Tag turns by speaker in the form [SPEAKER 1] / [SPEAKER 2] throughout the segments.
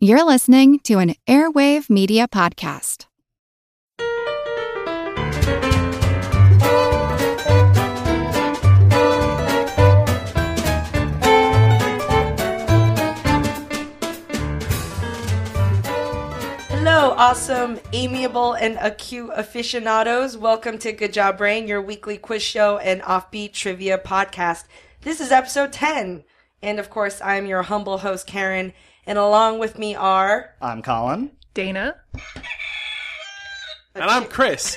[SPEAKER 1] You're listening to an Airwave Media Podcast.
[SPEAKER 2] Hello, awesome, amiable, and acute aficionados. Welcome to Good Job Brain, your weekly quiz show and offbeat trivia podcast. This is episode 10. And of course, I'm your humble host, Karen. And along with me are
[SPEAKER 3] I'm Colin.
[SPEAKER 4] Dana.
[SPEAKER 5] And I'm Chris.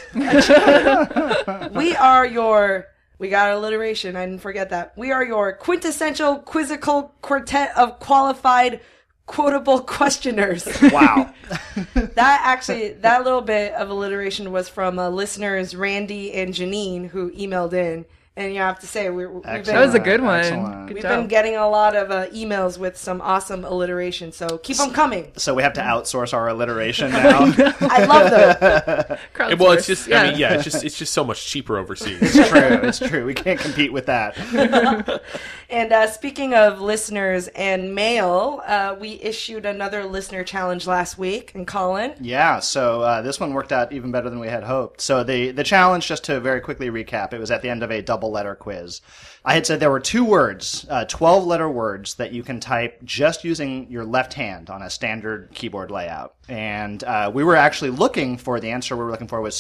[SPEAKER 2] we are your we got alliteration i didn't forget that we are your quintessential quizzical quartet of qualified quotable questioners
[SPEAKER 3] Wow.
[SPEAKER 2] that actually that little bit of alliteration was from uh, listeners randy and janine who emailed in and you know, I have to say we, we've been
[SPEAKER 3] Excellent.
[SPEAKER 4] That was a good one.
[SPEAKER 3] Excellent.
[SPEAKER 4] Good
[SPEAKER 2] we've
[SPEAKER 4] job.
[SPEAKER 2] been getting a lot of uh, emails with some awesome alliteration so keep them coming
[SPEAKER 3] so we have to outsource our alliteration now.
[SPEAKER 2] i love them
[SPEAKER 4] Crowdsourced.
[SPEAKER 5] well, it's just I mean, yeah, it's just it's just so much cheaper overseas.
[SPEAKER 3] it's true. It's true. We can't compete with that.
[SPEAKER 2] and uh, speaking of listeners and mail uh, we issued another listener challenge last week and colin
[SPEAKER 3] Yeah. So uh, this one worked out even better than we had hoped. So the the challenge, just to very quickly recap, it was at the end of a double letter quiz. I had said there were two words, uh, twelve letter words that you can type just using your left hand on a standard keyboard layout. And uh, we were actually looking for the answer we were looking for was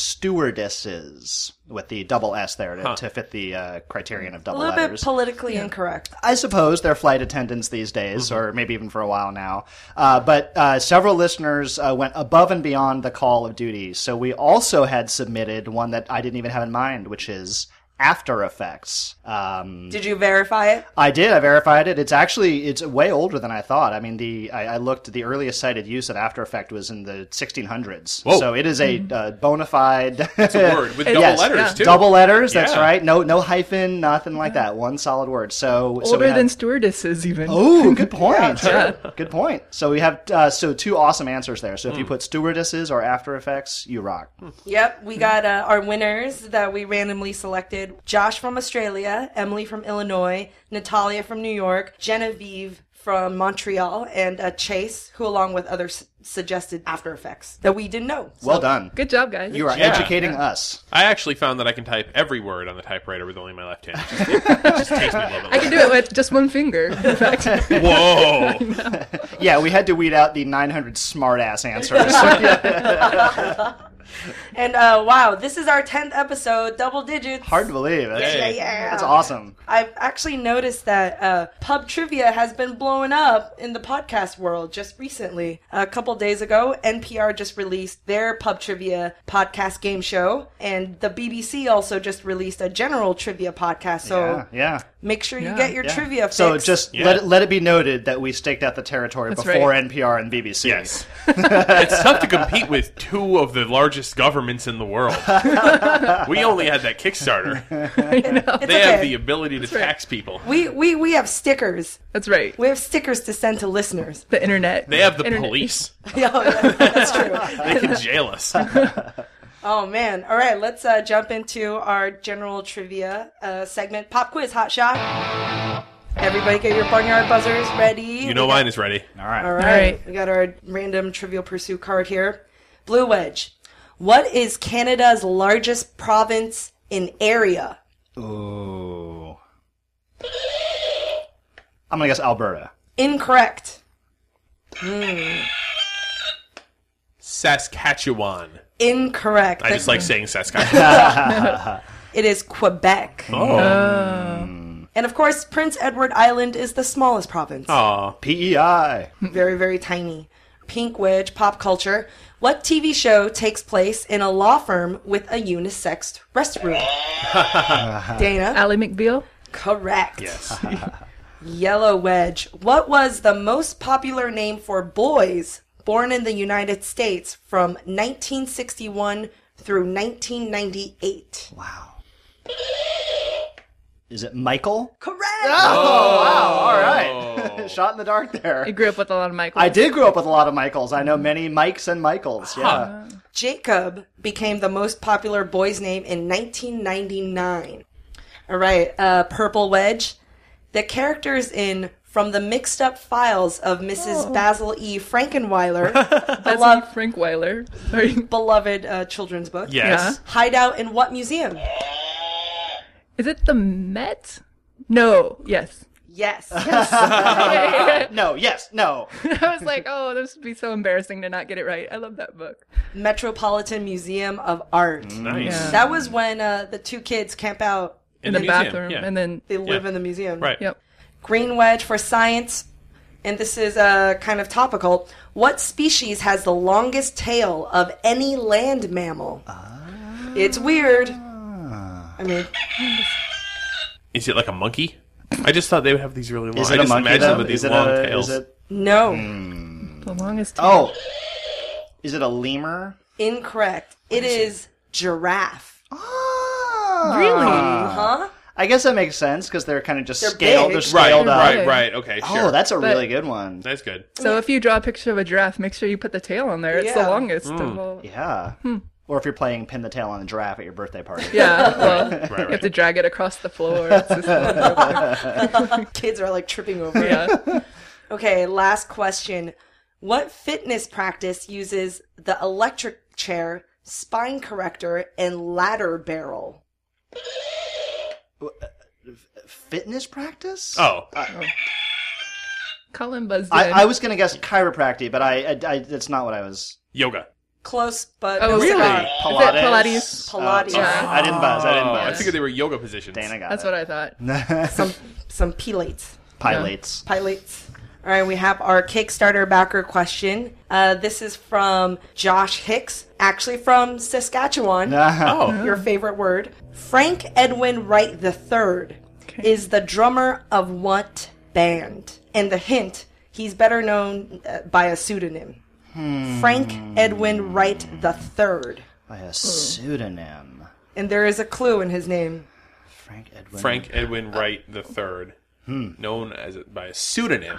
[SPEAKER 3] stewardesses with the double S there to, to fit the uh, criterion of
[SPEAKER 2] a
[SPEAKER 3] double
[SPEAKER 2] little
[SPEAKER 3] letters.
[SPEAKER 2] bit politically incorrect.
[SPEAKER 3] I suppose they're flight attendants these days,
[SPEAKER 5] Mm-hmm.
[SPEAKER 3] or maybe even for a while now. Uh, but uh, several listeners uh, went above and beyond the call of duty. So we also had submitted one that I didn't even have in mind, which is After Effects. Um,
[SPEAKER 2] Did you verify it?
[SPEAKER 3] I did. I verified it. It's actually it's way older than I thought. I mean, the I, I looked. The earliest cited use of After Effect was in the 1600s.
[SPEAKER 5] Whoa.
[SPEAKER 3] So it is a uh, bona fide
[SPEAKER 5] It's a word with double
[SPEAKER 3] Yes.
[SPEAKER 5] letters
[SPEAKER 4] Mm-hmm. Yeah.
[SPEAKER 5] too.
[SPEAKER 3] double letters. That's
[SPEAKER 5] Yeah.
[SPEAKER 3] right. No no hyphen, nothing like that. One solid word. So so we
[SPEAKER 4] older
[SPEAKER 3] had-
[SPEAKER 4] than stewardesses even.
[SPEAKER 3] Oh, good point. Good point. So we have uh, so two awesome answers there. So if
[SPEAKER 4] Hmm.
[SPEAKER 3] you put stewardesses or After Effects, you rock.
[SPEAKER 2] Yep, we got uh, our winners that we randomly selected Josh from Australia, Emily from Illinois, Natalia from New York, Genevieve from Montreal, and uh, Chase, who, along with others, suggested After Effects that we didn't know. So
[SPEAKER 3] Well done.
[SPEAKER 4] Good job, guys.
[SPEAKER 3] You are
[SPEAKER 5] Yeah.
[SPEAKER 3] educating us.
[SPEAKER 5] I actually found that I can type every word on the typewriter with only my left hand. It just, it just takes me a little
[SPEAKER 4] I can do it with just one finger. In fact,
[SPEAKER 5] bit. Whoa!
[SPEAKER 3] Yeah, we had to weed out the 900 smartass answers.
[SPEAKER 2] And uh, wow, this is our 10th episode, double digits.
[SPEAKER 3] Hard to believe. That's,
[SPEAKER 2] Yeah,
[SPEAKER 5] Hey.
[SPEAKER 2] yeah.
[SPEAKER 3] that's awesome.
[SPEAKER 2] I've actually noticed that uh, pub trivia has been blowing up in the podcast world just recently. A couple days ago, NPR just released their pub trivia podcast game show, and the BBC also just released a general trivia podcast. So
[SPEAKER 3] Yeah, yeah.
[SPEAKER 2] make sure you
[SPEAKER 4] Yeah.
[SPEAKER 2] get your
[SPEAKER 3] yeah.
[SPEAKER 2] trivia fixed.
[SPEAKER 3] So just
[SPEAKER 5] Yeah.
[SPEAKER 3] let it, let it be noted that we staked out the territory
[SPEAKER 4] That's
[SPEAKER 3] before
[SPEAKER 4] right.
[SPEAKER 3] NPR and BBC.
[SPEAKER 5] Yes, it's tough to compete with two of the largest governments in the world. We only had that Kickstarter.
[SPEAKER 2] it's
[SPEAKER 5] They have
[SPEAKER 2] okay.
[SPEAKER 5] the ability to tax people.
[SPEAKER 2] we, we we have stickers.
[SPEAKER 4] that's right.
[SPEAKER 2] We have stickers to send to listeners.
[SPEAKER 4] The internet.
[SPEAKER 5] They have the
[SPEAKER 4] Internet.
[SPEAKER 5] police.
[SPEAKER 2] Yeah, yeah, that's true.
[SPEAKER 5] They can jail us.
[SPEAKER 2] Oh man! All right, let's uh, jump into our general trivia uh, segment. Pop quiz, hot shot. Everybody, get your barnyard buzzers ready.
[SPEAKER 5] You know mine is ready.
[SPEAKER 3] All right.
[SPEAKER 2] All right.
[SPEAKER 4] All right.
[SPEAKER 2] we got our random Trivial Pursuit card here. Blue Wedge. What is Canada's largest province in area?
[SPEAKER 3] Ooh. I'm gonna guess Alberta.
[SPEAKER 2] Incorrect.
[SPEAKER 5] Saskatchewan.
[SPEAKER 2] Incorrect.
[SPEAKER 5] I just like saying Saskatchewan.
[SPEAKER 2] it is Quebec.
[SPEAKER 5] Oh.
[SPEAKER 2] And of course, Prince Edward Island is the smallest province.
[SPEAKER 5] Aw.
[SPEAKER 3] E PEI.
[SPEAKER 2] very very tiny pink wedge pop culture what tv show takes place in a law firm with a unisexed restroom dana
[SPEAKER 4] Ally McBeal.
[SPEAKER 2] correct yes yellow wedge what was the most popular name for boys born in the united states from 1961 through 1998
[SPEAKER 3] Wow. Is it Michael?
[SPEAKER 2] correct
[SPEAKER 4] Oh.
[SPEAKER 3] All right. Shot in the dark
[SPEAKER 4] I
[SPEAKER 3] there.
[SPEAKER 4] grew up with a lot of Michael.
[SPEAKER 3] I did grow up with a lot of Michaels. I know many Mikes and Michaels. Yeah.
[SPEAKER 2] Jacob became the most popular boy's name in 1999. All right, uh, Purple Wedge. The characters in from the mixed up files of Mrs.
[SPEAKER 5] Oh.
[SPEAKER 2] Basil E. Frankenweiler,
[SPEAKER 4] That's
[SPEAKER 2] beloved,
[SPEAKER 4] Frank Weiler. Sorry.
[SPEAKER 2] beloved uh, children's book.
[SPEAKER 5] Yes.
[SPEAKER 2] Hideout in what museum?
[SPEAKER 4] Is it the Met? No. Yes.
[SPEAKER 2] Yes.
[SPEAKER 4] I
[SPEAKER 3] No, yes, no.
[SPEAKER 4] was like, oh, this would be so embarrassing to not get it right. I love that book.
[SPEAKER 2] Metropolitan Museum of Art.
[SPEAKER 5] Nice.
[SPEAKER 4] Yeah.
[SPEAKER 2] That was when uh, the two kids camp out.
[SPEAKER 4] In,
[SPEAKER 5] the
[SPEAKER 4] the,
[SPEAKER 5] museum,
[SPEAKER 4] bathroom,
[SPEAKER 5] yeah.
[SPEAKER 4] and then
[SPEAKER 2] They live
[SPEAKER 5] Yeah.
[SPEAKER 2] in the museum.
[SPEAKER 5] Right.
[SPEAKER 4] yep.
[SPEAKER 2] Green wedge for science. And this is uh, kind of topical. What species has the longest tail of any land mammal?
[SPEAKER 4] Ah.
[SPEAKER 2] It's weird. I mean,
[SPEAKER 5] Is it like a monkey? I just thought they would have these really long.
[SPEAKER 3] Is
[SPEAKER 5] I
[SPEAKER 3] it a
[SPEAKER 5] just
[SPEAKER 3] monkey?
[SPEAKER 5] imagine
[SPEAKER 3] Though?
[SPEAKER 5] them with
[SPEAKER 3] is
[SPEAKER 5] these
[SPEAKER 3] it
[SPEAKER 5] long
[SPEAKER 3] a,
[SPEAKER 5] tails.
[SPEAKER 3] Is it,
[SPEAKER 2] no,
[SPEAKER 4] Hmm. The longest. Tail.
[SPEAKER 3] oh, is it a lemur?
[SPEAKER 2] incorrect. It is giraffe.
[SPEAKER 4] Ah.
[SPEAKER 2] Uh-huh.
[SPEAKER 3] Really?
[SPEAKER 2] Huh?
[SPEAKER 3] Ah. I guess that makes sense because they're kind of just
[SPEAKER 2] They're
[SPEAKER 3] scaled.
[SPEAKER 2] big.
[SPEAKER 3] They're
[SPEAKER 5] right,
[SPEAKER 3] scaled up.
[SPEAKER 5] right, right. Okay, sure.
[SPEAKER 3] Oh, that's a
[SPEAKER 4] But-
[SPEAKER 3] really good one.
[SPEAKER 5] that's good.
[SPEAKER 4] So if you draw a picture of a giraffe, make sure you put the tail on there. It's
[SPEAKER 2] Yeah.
[SPEAKER 4] the longest.
[SPEAKER 5] Hmm.
[SPEAKER 4] Of all...
[SPEAKER 3] Yeah.
[SPEAKER 4] Hmm.
[SPEAKER 3] Or if you're playing pin the tail on the giraffe at your birthday party.
[SPEAKER 4] Yeah. Well,
[SPEAKER 5] Right,
[SPEAKER 4] you have
[SPEAKER 5] right.
[SPEAKER 4] to drag it across the floor. It's just-
[SPEAKER 2] Kids are like tripping over it.
[SPEAKER 4] yeah.
[SPEAKER 2] Okay, last question. What fitness practice uses the electric chair, spine corrector, and ladder barrel?
[SPEAKER 3] Fitness practice?
[SPEAKER 5] Oh,
[SPEAKER 4] Colin buzzed
[SPEAKER 3] I,
[SPEAKER 4] in.
[SPEAKER 3] I was going to guess chiropractic, but I, I, I that's not what I was.
[SPEAKER 5] yoga.
[SPEAKER 2] Close, but uh,
[SPEAKER 4] Oh,
[SPEAKER 2] no
[SPEAKER 4] really?
[SPEAKER 2] cigar.
[SPEAKER 4] Pilates?
[SPEAKER 2] Pilates.
[SPEAKER 3] Oh,
[SPEAKER 4] Yeah.
[SPEAKER 3] I didn't buzz. I didn't
[SPEAKER 5] Oh,
[SPEAKER 3] buzz.
[SPEAKER 5] I figured they were yoga positions.
[SPEAKER 3] Dana got
[SPEAKER 4] That's
[SPEAKER 3] it.
[SPEAKER 4] what I thought.
[SPEAKER 2] Some some pilates.
[SPEAKER 3] Pilates.
[SPEAKER 2] Pilates. All right, we have our Kickstarter backer question. Uh, this is from Josh Hicks, actually from Saskatchewan.
[SPEAKER 5] Oh,
[SPEAKER 2] Your favorite word. Frank Edwin Wright III is the drummer of what band? And the hint, he's better known uh, by a pseudonym. Frank Edwin Wright III.
[SPEAKER 3] By a pseudonym.
[SPEAKER 2] And there is a clue in his name.
[SPEAKER 3] Frank Edwin.
[SPEAKER 5] Frank Edwin Wright the Third,
[SPEAKER 3] Hmm.
[SPEAKER 5] known as by a pseudonym.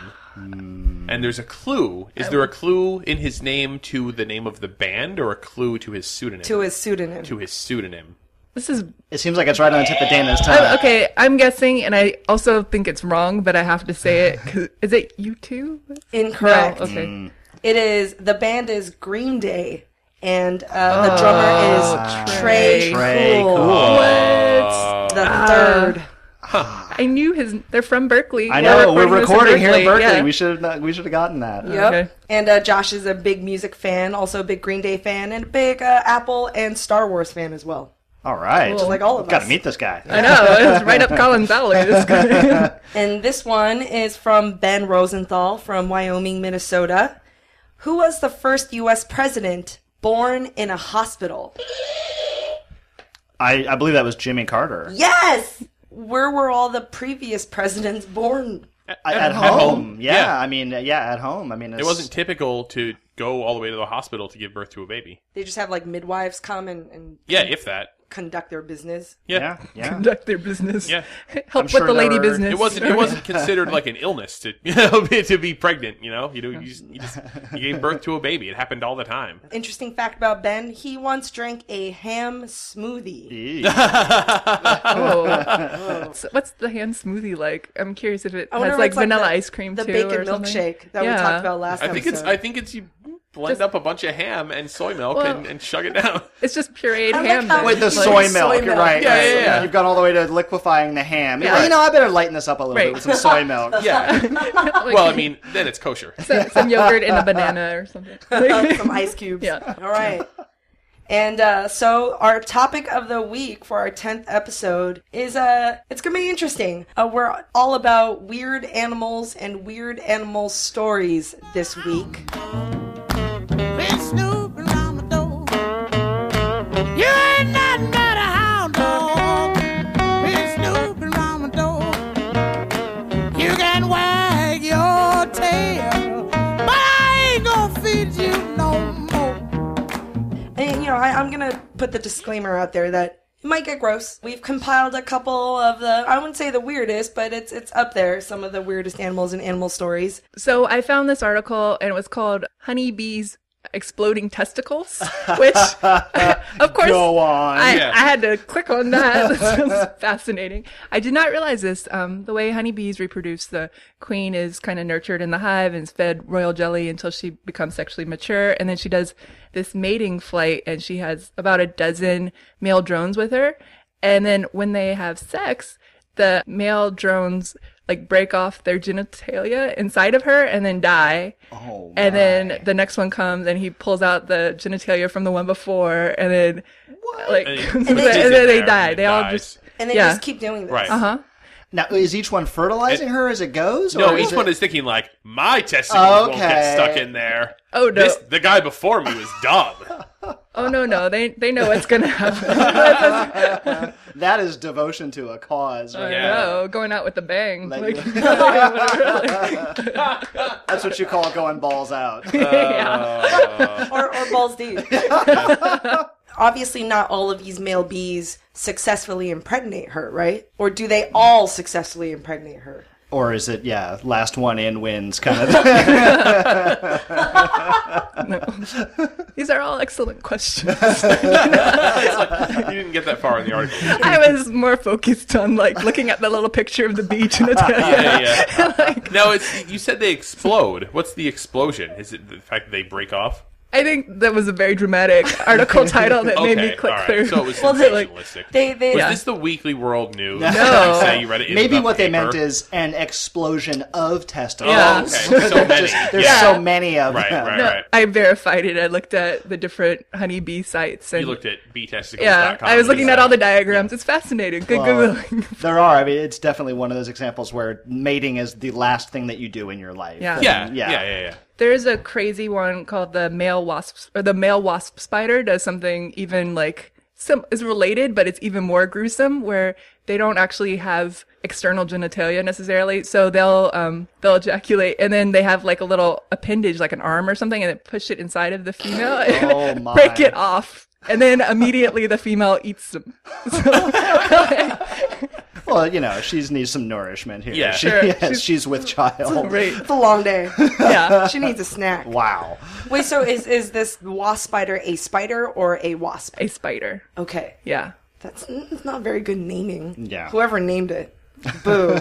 [SPEAKER 5] And there's a clue. Is there a clue in his name to the name of the band, or a clue to his pseudonym?
[SPEAKER 2] To his pseudonym.
[SPEAKER 5] to his pseudonym.
[SPEAKER 4] This is
[SPEAKER 3] It seems like it's right on the tip of Dana's tongue.
[SPEAKER 4] I'm, okay. I'm guessing, and I also think it's wrong, but I have to say it. 'cause- is it you two?
[SPEAKER 2] Incorrect.
[SPEAKER 4] No. Okay.
[SPEAKER 3] Mm.
[SPEAKER 2] It is the band is Green Day, and uh, the drummer is Trey,
[SPEAKER 3] Oh, Trey
[SPEAKER 2] Cool,
[SPEAKER 3] Cool.
[SPEAKER 5] Ah.
[SPEAKER 4] What?
[SPEAKER 2] the third.
[SPEAKER 4] I knew his. They're from Berkeley.
[SPEAKER 3] I know we're recording,
[SPEAKER 4] this in
[SPEAKER 3] here in Berkeley.
[SPEAKER 4] yeah.
[SPEAKER 3] We should have not, we should have gotten that.
[SPEAKER 2] Yep.
[SPEAKER 4] Okay.
[SPEAKER 2] And uh, Josh is a big music fan, also a big Green Day fan, and a big uh, Apple and Star Wars fan as well.
[SPEAKER 3] All right,
[SPEAKER 2] Just like all of
[SPEAKER 3] got to
[SPEAKER 2] us.
[SPEAKER 3] meet this guy.
[SPEAKER 4] I know. It's right up Colin's alley. This guy.
[SPEAKER 2] And this one is from Ben Rosenthal from Wyoming, Minnesota. Who was the first U.S. president born in a hospital?
[SPEAKER 3] I, I believe that was Jimmy Carter
[SPEAKER 2] Yes! Where were all the previous presidents born?
[SPEAKER 3] I- at, home. Yeah,
[SPEAKER 5] Yeah.
[SPEAKER 3] I mean, yeah, at home. I mean, it's,
[SPEAKER 5] It wasn't typical to go all the way to the hospital to give birth to a baby.
[SPEAKER 2] They just have like midwives come and, and
[SPEAKER 5] Yeah, if that.
[SPEAKER 2] conduct their business.
[SPEAKER 5] Yeah.
[SPEAKER 3] Yeah, yeah.
[SPEAKER 4] Conduct their business.
[SPEAKER 5] Yeah.
[SPEAKER 4] Help
[SPEAKER 3] sure
[SPEAKER 4] with
[SPEAKER 3] there
[SPEAKER 4] the lady
[SPEAKER 3] were-
[SPEAKER 4] business.
[SPEAKER 5] It wasn't. It wasn't considered like an illness to you know, to be pregnant. You know, you know, you just, you just you gave birth to a baby. It happened all the time.
[SPEAKER 2] Interesting fact about Ben, he once drank a ham smoothie.
[SPEAKER 3] Eee.
[SPEAKER 4] Oh. So what's the hand smoothie like? I'm curious if it
[SPEAKER 2] wonder
[SPEAKER 4] has
[SPEAKER 2] if
[SPEAKER 4] like
[SPEAKER 2] it's like
[SPEAKER 4] vanilla
[SPEAKER 2] the-
[SPEAKER 4] ice cream
[SPEAKER 2] The
[SPEAKER 4] too,
[SPEAKER 2] bacon
[SPEAKER 4] or something.
[SPEAKER 2] milkshake that
[SPEAKER 4] yeah.
[SPEAKER 2] we talked about last
[SPEAKER 5] I
[SPEAKER 2] episode.
[SPEAKER 5] think it's. I think it's you blend up a bunch of ham and soy milk
[SPEAKER 4] Well-
[SPEAKER 5] and, and chug it down.
[SPEAKER 4] It's just pureed
[SPEAKER 2] I like
[SPEAKER 4] ham.
[SPEAKER 2] how-
[SPEAKER 4] then.
[SPEAKER 3] Wait, the
[SPEAKER 2] Like
[SPEAKER 3] soy
[SPEAKER 2] soy
[SPEAKER 3] milk. You're
[SPEAKER 2] milk.
[SPEAKER 3] right.
[SPEAKER 5] Yeah,
[SPEAKER 3] right.
[SPEAKER 5] yeah, yeah.
[SPEAKER 3] You've gone all the way to liquefying the ham. You're like,
[SPEAKER 4] Yeah.
[SPEAKER 3] You know, I better lighten this up a little
[SPEAKER 4] Right.
[SPEAKER 3] bit with some soy milk.
[SPEAKER 5] Yeah.
[SPEAKER 4] Like,
[SPEAKER 5] Well, I mean, then it's kosher.
[SPEAKER 4] so- some yogurt and a banana or something.
[SPEAKER 2] some ice cubes.
[SPEAKER 4] Yeah.
[SPEAKER 2] All right. And uh, so our topic of the week for our tenth episode is uh, it's gonna be interesting. Uh, we're all about weird animals and weird animal stories this week.
[SPEAKER 6] been snooping around the door. You ain't nothing but a hound dog. Been snooping around the door. You can wag your tail, but I ain't gonna feed you no more.
[SPEAKER 2] And you know, I, I'm gonna put the disclaimer out there that it might get gross. We've compiled a couple of the I wouldn't say the weirdest, but it's it's up there. Some of the weirdest animals and animal stories.
[SPEAKER 4] so I found this article and it was called Honeybees exploding testicles, which, of course,
[SPEAKER 3] Go on.
[SPEAKER 4] I,
[SPEAKER 5] Yeah.
[SPEAKER 4] I had to click on that. That sounds fascinating. I did not realize this. Um, the way honeybees reproduce, the queen is kind of nurtured in the hive and is fed royal jelly until she becomes sexually mature. And then she does this mating flight and she has about a dozen male drones with her. And then when they have sex, the male drones like break off their genitalia inside of her and then die.
[SPEAKER 3] Oh,
[SPEAKER 4] And then the next one comes and he pulls out the genitalia from the one before and then like
[SPEAKER 5] And,
[SPEAKER 4] and,
[SPEAKER 5] he-
[SPEAKER 4] then,
[SPEAKER 5] he's in
[SPEAKER 4] they
[SPEAKER 5] there
[SPEAKER 4] die.
[SPEAKER 5] and
[SPEAKER 4] They
[SPEAKER 5] it
[SPEAKER 4] all
[SPEAKER 5] dies.
[SPEAKER 4] just
[SPEAKER 2] And they
[SPEAKER 4] Yeah.
[SPEAKER 2] just keep doing this.
[SPEAKER 5] Right.
[SPEAKER 4] uh-huh.
[SPEAKER 3] Now, is each one fertilizing her as it goes?
[SPEAKER 5] No,
[SPEAKER 3] or
[SPEAKER 5] each
[SPEAKER 3] it-
[SPEAKER 5] one is thinking like my testicles won't
[SPEAKER 3] Okay.
[SPEAKER 5] get stuck in there.
[SPEAKER 4] Oh, no.
[SPEAKER 5] This, the guy before me was dumb.
[SPEAKER 4] Oh no no, they they know what's gonna happen.
[SPEAKER 3] That is devotion to a cause. Right?
[SPEAKER 5] Yeah.
[SPEAKER 4] No, going out with a bang.
[SPEAKER 3] Like-
[SPEAKER 4] Like,
[SPEAKER 5] Uh,
[SPEAKER 4] whatever, like-
[SPEAKER 3] That's what you call going balls out.
[SPEAKER 5] Uh,
[SPEAKER 4] yeah.
[SPEAKER 2] or, or balls deep. Obviously, not all of these male bees successfully impregnate her, right? Or do they all successfully impregnate her?
[SPEAKER 3] or is it, yeah, last one in wins kind of.
[SPEAKER 4] These are all excellent questions.
[SPEAKER 5] you didn't get that far in the article. did you?
[SPEAKER 4] I was more focused on like looking at the little picture of the beach in Italia.
[SPEAKER 5] Yeah, yeah. no, it's you said they explode. What's the explosion? Is it the fact that they break off?
[SPEAKER 4] I think that was a very dramatic article title that made me
[SPEAKER 5] Okay, all
[SPEAKER 4] click
[SPEAKER 5] right.
[SPEAKER 4] through.
[SPEAKER 5] So it was
[SPEAKER 2] Well, they-
[SPEAKER 5] sensationalistic.
[SPEAKER 2] They, they,
[SPEAKER 5] was
[SPEAKER 4] Yeah.
[SPEAKER 5] this the Weekly World News?
[SPEAKER 3] No.
[SPEAKER 5] You say you read it in
[SPEAKER 3] Maybe
[SPEAKER 5] the
[SPEAKER 3] what they
[SPEAKER 5] paper?
[SPEAKER 3] meant is an explosion of testicles.
[SPEAKER 4] Yeah.
[SPEAKER 5] Oh, okay. So many.
[SPEAKER 3] Just- there's
[SPEAKER 5] Yeah.
[SPEAKER 3] so many of
[SPEAKER 5] Right,
[SPEAKER 3] them.
[SPEAKER 5] right,
[SPEAKER 4] No,
[SPEAKER 5] right.
[SPEAKER 4] I verified it. I looked at the different honeybee sites and
[SPEAKER 5] You looked at btesticles.com.
[SPEAKER 4] yeah, I was looking at all the
[SPEAKER 5] data.
[SPEAKER 4] diagrams. It's fascinating. Good
[SPEAKER 3] Well,
[SPEAKER 4] googling.
[SPEAKER 3] there are. I mean, it's definitely one of those examples where mating is the last thing that you do in your life.
[SPEAKER 4] Yeah.
[SPEAKER 5] Yeah,
[SPEAKER 3] Yeah.
[SPEAKER 5] yeah, yeah, yeah.
[SPEAKER 4] There's a crazy one called the male wasp or the male wasp spider does something even like some is related, but it's even more gruesome where they don't actually have external genitalia necessarily. So they'll um they'll ejaculate and then they have like a little appendage, like an arm or something, and they push it inside of the female
[SPEAKER 3] Oh,
[SPEAKER 4] and
[SPEAKER 3] my.
[SPEAKER 4] break it off. And then immediately the female eats them. So-
[SPEAKER 3] Well, you know, she needs some nourishment here.
[SPEAKER 5] Yeah.
[SPEAKER 3] She-
[SPEAKER 4] Sure.
[SPEAKER 3] yes, she's,
[SPEAKER 4] She's-
[SPEAKER 3] with child.
[SPEAKER 4] right.
[SPEAKER 2] it's a long day.
[SPEAKER 4] Yeah.
[SPEAKER 2] she needs a snack.
[SPEAKER 3] Wow.
[SPEAKER 2] Wait, so is, is this wasp spider a spider or a wasp?
[SPEAKER 4] A spider.
[SPEAKER 2] Okay.
[SPEAKER 4] Yeah.
[SPEAKER 2] That's it's not very good naming.
[SPEAKER 3] Yeah.
[SPEAKER 2] Whoever named it. Boo.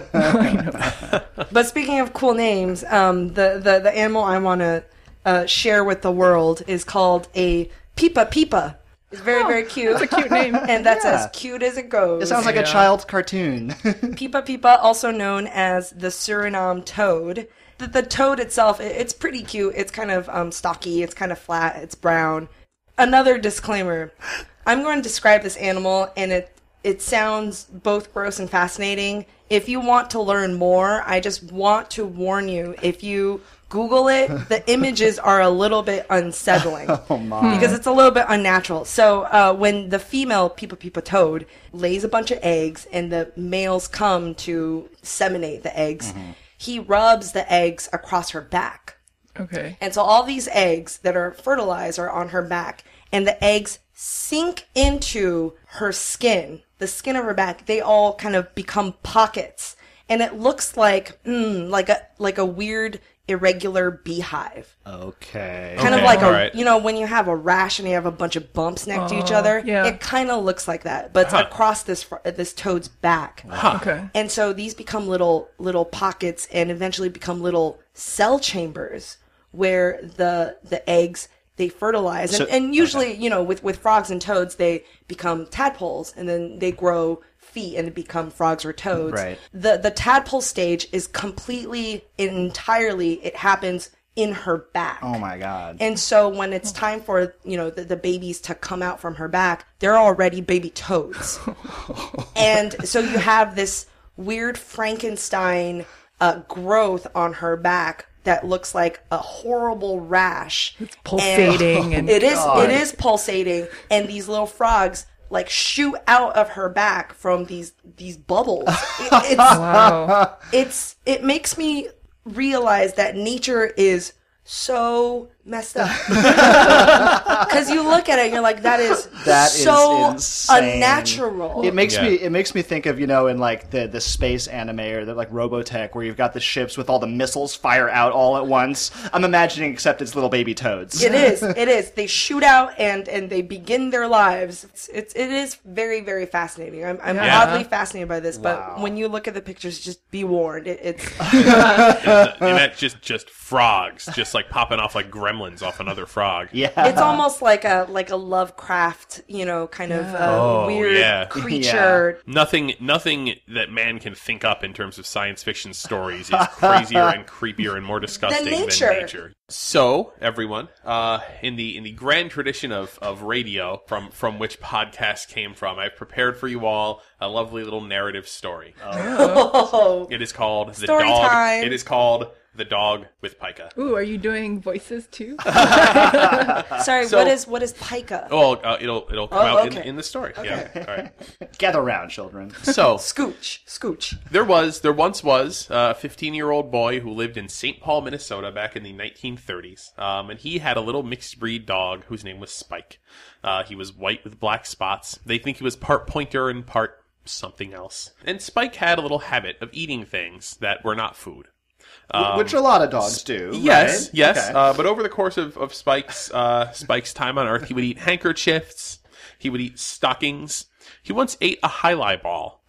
[SPEAKER 2] but speaking of cool names, um, the, the, the animal I want to uh, share with the world is called a pipa pipa. It's very, very cute.
[SPEAKER 4] That's a cute name.
[SPEAKER 2] And that's
[SPEAKER 3] Yeah.
[SPEAKER 2] as cute as it goes.
[SPEAKER 3] It sounds like a child's cartoon.
[SPEAKER 2] Pipa Pipa, also known as the Suriname toad. The, the toad itself, it- it's pretty cute. It's kind of um, stocky, it's kind of flat, it's brown. Another disclaimer I'm going to describe this animal, and it, it sounds both gross and fascinating. If you want to learn more, I just want to warn you if you Google it, the images are a little bit unsettling because it's a little bit unnatural. So uh, when the female Pipa Pipa toad lays a bunch of eggs and the males come to seminate the eggs, he rubs the eggs across her back.
[SPEAKER 4] Okay.
[SPEAKER 2] And so all these eggs that are fertilized are on her back, and the eggs sink into her skin, the skin of her back. They all kind of become pockets, and it looks like mm, like a like a weird irregular beehive,
[SPEAKER 3] okay.
[SPEAKER 2] kind of
[SPEAKER 5] Okay,
[SPEAKER 2] like a
[SPEAKER 5] alright.
[SPEAKER 2] you know when you have a rash and you have a bunch of bumps next to each other.
[SPEAKER 4] Oh, yeah.
[SPEAKER 2] It kind of looks like that, but it's across this fr- this toad's back.
[SPEAKER 4] Okay.
[SPEAKER 2] And so these become little little pockets and eventually become little cell chambers where the the eggs they fertilize. And,
[SPEAKER 3] So-
[SPEAKER 2] and usually, you know, with, with frogs and toads, they become tadpoles and then they grow feet and become frogs or toads.
[SPEAKER 3] Right.
[SPEAKER 2] The the tadpole stage is completely and entirely it happens in her back.
[SPEAKER 3] Oh my god.
[SPEAKER 2] And so when it's time for, you know, the, the babies to come out from her back, they're already baby toads. and so you have this weird Frankenstein uh, growth on her back that looks like a horrible rash. It's
[SPEAKER 4] pulsating and-
[SPEAKER 2] it is it is pulsating and these little frogs like shoot out of her back from these these bubbles. It- it's
[SPEAKER 4] Wow.
[SPEAKER 2] it's it makes me realize that nature is so messed up. Because you look at it, and you're like, that is
[SPEAKER 3] That is
[SPEAKER 2] so
[SPEAKER 3] insane.
[SPEAKER 2] unnatural.
[SPEAKER 3] It makes
[SPEAKER 5] Yeah.
[SPEAKER 3] me it makes me think of you know in like the the space anime or the like Robotech where you've got the ships with all the missiles fire out all at once. I'm imagining except it's little baby toads.
[SPEAKER 2] It is. It is. They shoot out and and they begin their lives. It's, it's it is very very fascinating. I'm, I'm
[SPEAKER 5] Yeah.
[SPEAKER 2] oddly fascinated by this, but when you look at the pictures, just be warned. It, it's
[SPEAKER 5] and that's just just frogs, just like popping off like gremlins off another frog.
[SPEAKER 3] yeah,
[SPEAKER 2] it's almost like a like a Lovecraft, you know, kind of uh,
[SPEAKER 5] Oh,
[SPEAKER 2] weird
[SPEAKER 5] yeah.
[SPEAKER 2] creature.
[SPEAKER 5] Nothing, nothing that man can think up in terms of science fiction stories is crazier and creepier and more disgusting than nature.
[SPEAKER 2] nature.
[SPEAKER 5] So, everyone, uh, in the in the grand tradition of of radio, from from which podcast came from, I've prepared for you all a lovely little narrative story.
[SPEAKER 2] Oh,
[SPEAKER 5] It is called the
[SPEAKER 2] Story
[SPEAKER 5] dog.
[SPEAKER 2] time.
[SPEAKER 5] It is called the dog with pica.
[SPEAKER 4] Ooh, are you doing voices too?
[SPEAKER 2] sorry.
[SPEAKER 5] So-
[SPEAKER 2] what is what is pica?
[SPEAKER 5] Oh, uh, it'll it'll come
[SPEAKER 2] Oh,
[SPEAKER 5] out in,
[SPEAKER 2] okay.
[SPEAKER 5] in the story. Yeah. All right.
[SPEAKER 3] gather around, children.
[SPEAKER 5] So
[SPEAKER 2] Scooch, scooch.
[SPEAKER 5] There was, there once was, uh, a 15 year old boy who lived in St. Paul, Minnesota back in the 1930s. Um, and he had a little mixed breed dog whose name was Spike. Uh, he was white with black spots. They think he was part pointer and part something else. And Spike had a little habit of eating things that were not food.
[SPEAKER 3] Which a lot of dogs do.
[SPEAKER 5] Um, Yes,
[SPEAKER 3] right?
[SPEAKER 5] yes.
[SPEAKER 3] Okay.
[SPEAKER 5] Uh, but over the course of, of Spike's uh, Spike's time on Earth, he would eat handkerchiefs. He would eat stockings. He once ate a highlight ball.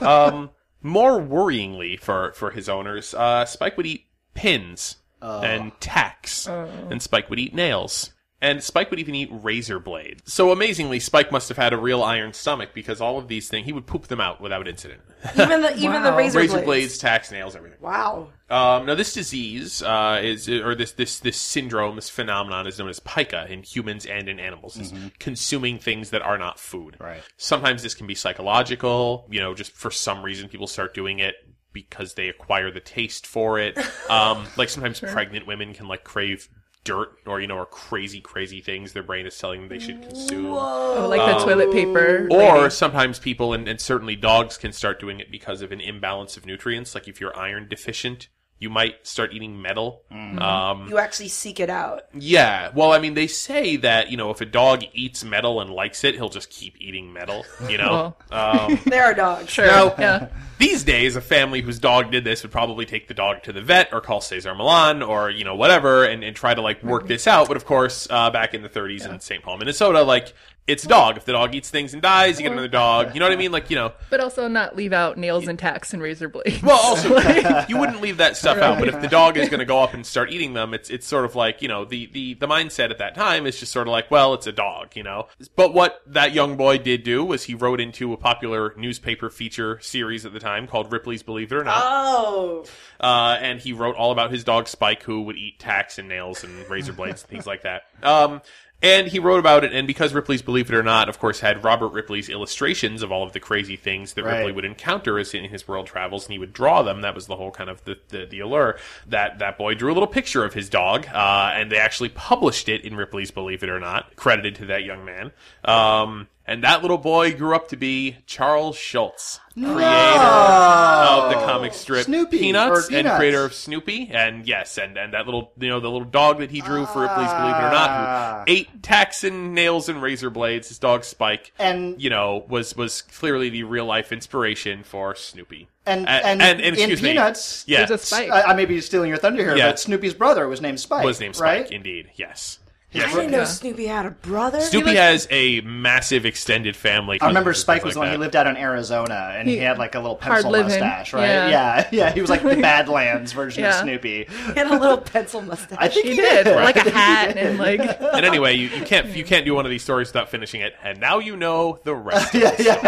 [SPEAKER 5] um, more worryingly for for his owners, uh, Spike would eat pins and tacks, and Spike would eat nails. And Spike would even eat razor blades. So amazingly, Spike must have had a real iron stomach because all of these things, he would poop them out without incident.
[SPEAKER 2] Even the even the
[SPEAKER 4] Wow.
[SPEAKER 2] razor,
[SPEAKER 5] razor
[SPEAKER 2] blades.
[SPEAKER 5] blades, tacks, nails, everything.
[SPEAKER 2] Wow.
[SPEAKER 5] Um, now, this disease uh, is, or this this this syndrome, this phenomenon is known as pica in humans and in animals. Is consuming things that are not food.
[SPEAKER 3] Right.
[SPEAKER 5] Sometimes this can be psychological. You know, just for some reason, people start doing it because they acquire the taste for it. Um, like sometimes pregnant women can like crave dirt or you know or crazy crazy things their brain is telling them they should consume.
[SPEAKER 4] oh, like the toilet paper.
[SPEAKER 5] Um, Or
[SPEAKER 4] lady.
[SPEAKER 5] sometimes people, and, and certainly dogs, can start doing it because of an imbalance of nutrients. Like if you're iron deficient, you might start eating metal. Um,
[SPEAKER 2] You actually seek it out.
[SPEAKER 5] yeah. Well, I mean, they say that, you know, if a dog eats metal and likes it, he'll just keep eating metal, you know? um,
[SPEAKER 2] There are dogs.
[SPEAKER 4] sure. yeah.
[SPEAKER 5] these days, a family whose dog did this would probably take the dog to the vet or call Cesar Milan or, you know, whatever and, and try to, like, work this out. But of course, uh, back in the 30s in St. Paul, Minnesota, like, it's a dog. If the dog eats things and dies, you get another dog. You know what I mean? Like, you know.
[SPEAKER 4] But also not leave out nails and tacks and razor blades.
[SPEAKER 5] Well, also, you wouldn't leave that stuff out. But if the dog is going to go up and start eating them, it's it's sort of like you know the, the the mindset at that time is just sort of like, well, it's a dog, you know. But what that young boy did do was he wrote into a popular newspaper feature series at the time called Ripley's Believe It or Not,
[SPEAKER 2] Oh,
[SPEAKER 5] uh, and he wrote all about his dog Spike, who would eat tacks and nails and razor blades and things like that. Um, and he wrote about it, and because Ripley's Believe It or Not, of course, had Robert Ripley's illustrations of all of the crazy things that
[SPEAKER 3] Right.
[SPEAKER 5] Ripley would encounter as in his world travels, and he would draw them. That was the whole kind of the, the, the allure. That that boy drew a little picture of his dog, uh, and they actually published it in Ripley's Believe It or Not, credited to that young man. Um, and that little boy grew up to be Charles Schultz, creator of the comic strip
[SPEAKER 3] Oh. Snoopy,
[SPEAKER 5] Peanuts,
[SPEAKER 3] or
[SPEAKER 5] and
[SPEAKER 3] Peanuts.
[SPEAKER 5] creator of Snoopy, and yes, and and that little you know the little dog that he drew for Ripley's Believe It or Not,
[SPEAKER 3] Ah.
[SPEAKER 5] who ate tacks and nails and razor blades. His dog Spike,
[SPEAKER 3] And-
[SPEAKER 5] you know was was clearly the real life inspiration for Snoopy.
[SPEAKER 3] And-
[SPEAKER 5] A-
[SPEAKER 3] and in
[SPEAKER 5] excuse me,
[SPEAKER 3] Peanuts,
[SPEAKER 5] yeah,
[SPEAKER 4] There's a spike.
[SPEAKER 3] I, I may be stealing your thunder here,
[SPEAKER 5] Yeah.
[SPEAKER 3] but Snoopy's brother was named Spike.
[SPEAKER 5] was named Spike
[SPEAKER 3] right?
[SPEAKER 5] indeed. Yes.
[SPEAKER 2] I
[SPEAKER 5] Yes.
[SPEAKER 2] didn't know Snoopy had a brother.
[SPEAKER 5] Snoopy has a massive extended family.
[SPEAKER 3] I remember
[SPEAKER 5] cousins and
[SPEAKER 3] Spike
[SPEAKER 5] stuff
[SPEAKER 3] was the
[SPEAKER 5] like
[SPEAKER 3] one he
[SPEAKER 5] that.
[SPEAKER 3] lived out in Arizona, and he,
[SPEAKER 4] He-
[SPEAKER 3] had like a little
[SPEAKER 4] hard
[SPEAKER 3] pencil
[SPEAKER 4] living.
[SPEAKER 3] mustache, right?
[SPEAKER 4] Yeah.
[SPEAKER 3] Yeah. yeah, He was like the Badlands version of
[SPEAKER 4] Yeah.
[SPEAKER 3] Snoopy.
[SPEAKER 2] He had a little pencil mustache.
[SPEAKER 3] I think
[SPEAKER 4] He
[SPEAKER 3] he
[SPEAKER 4] did. Like a hat and like.
[SPEAKER 5] And anyway, you, you can't you can't do one of these stories without finishing it. And now you know the rest.
[SPEAKER 3] yeah, yeah.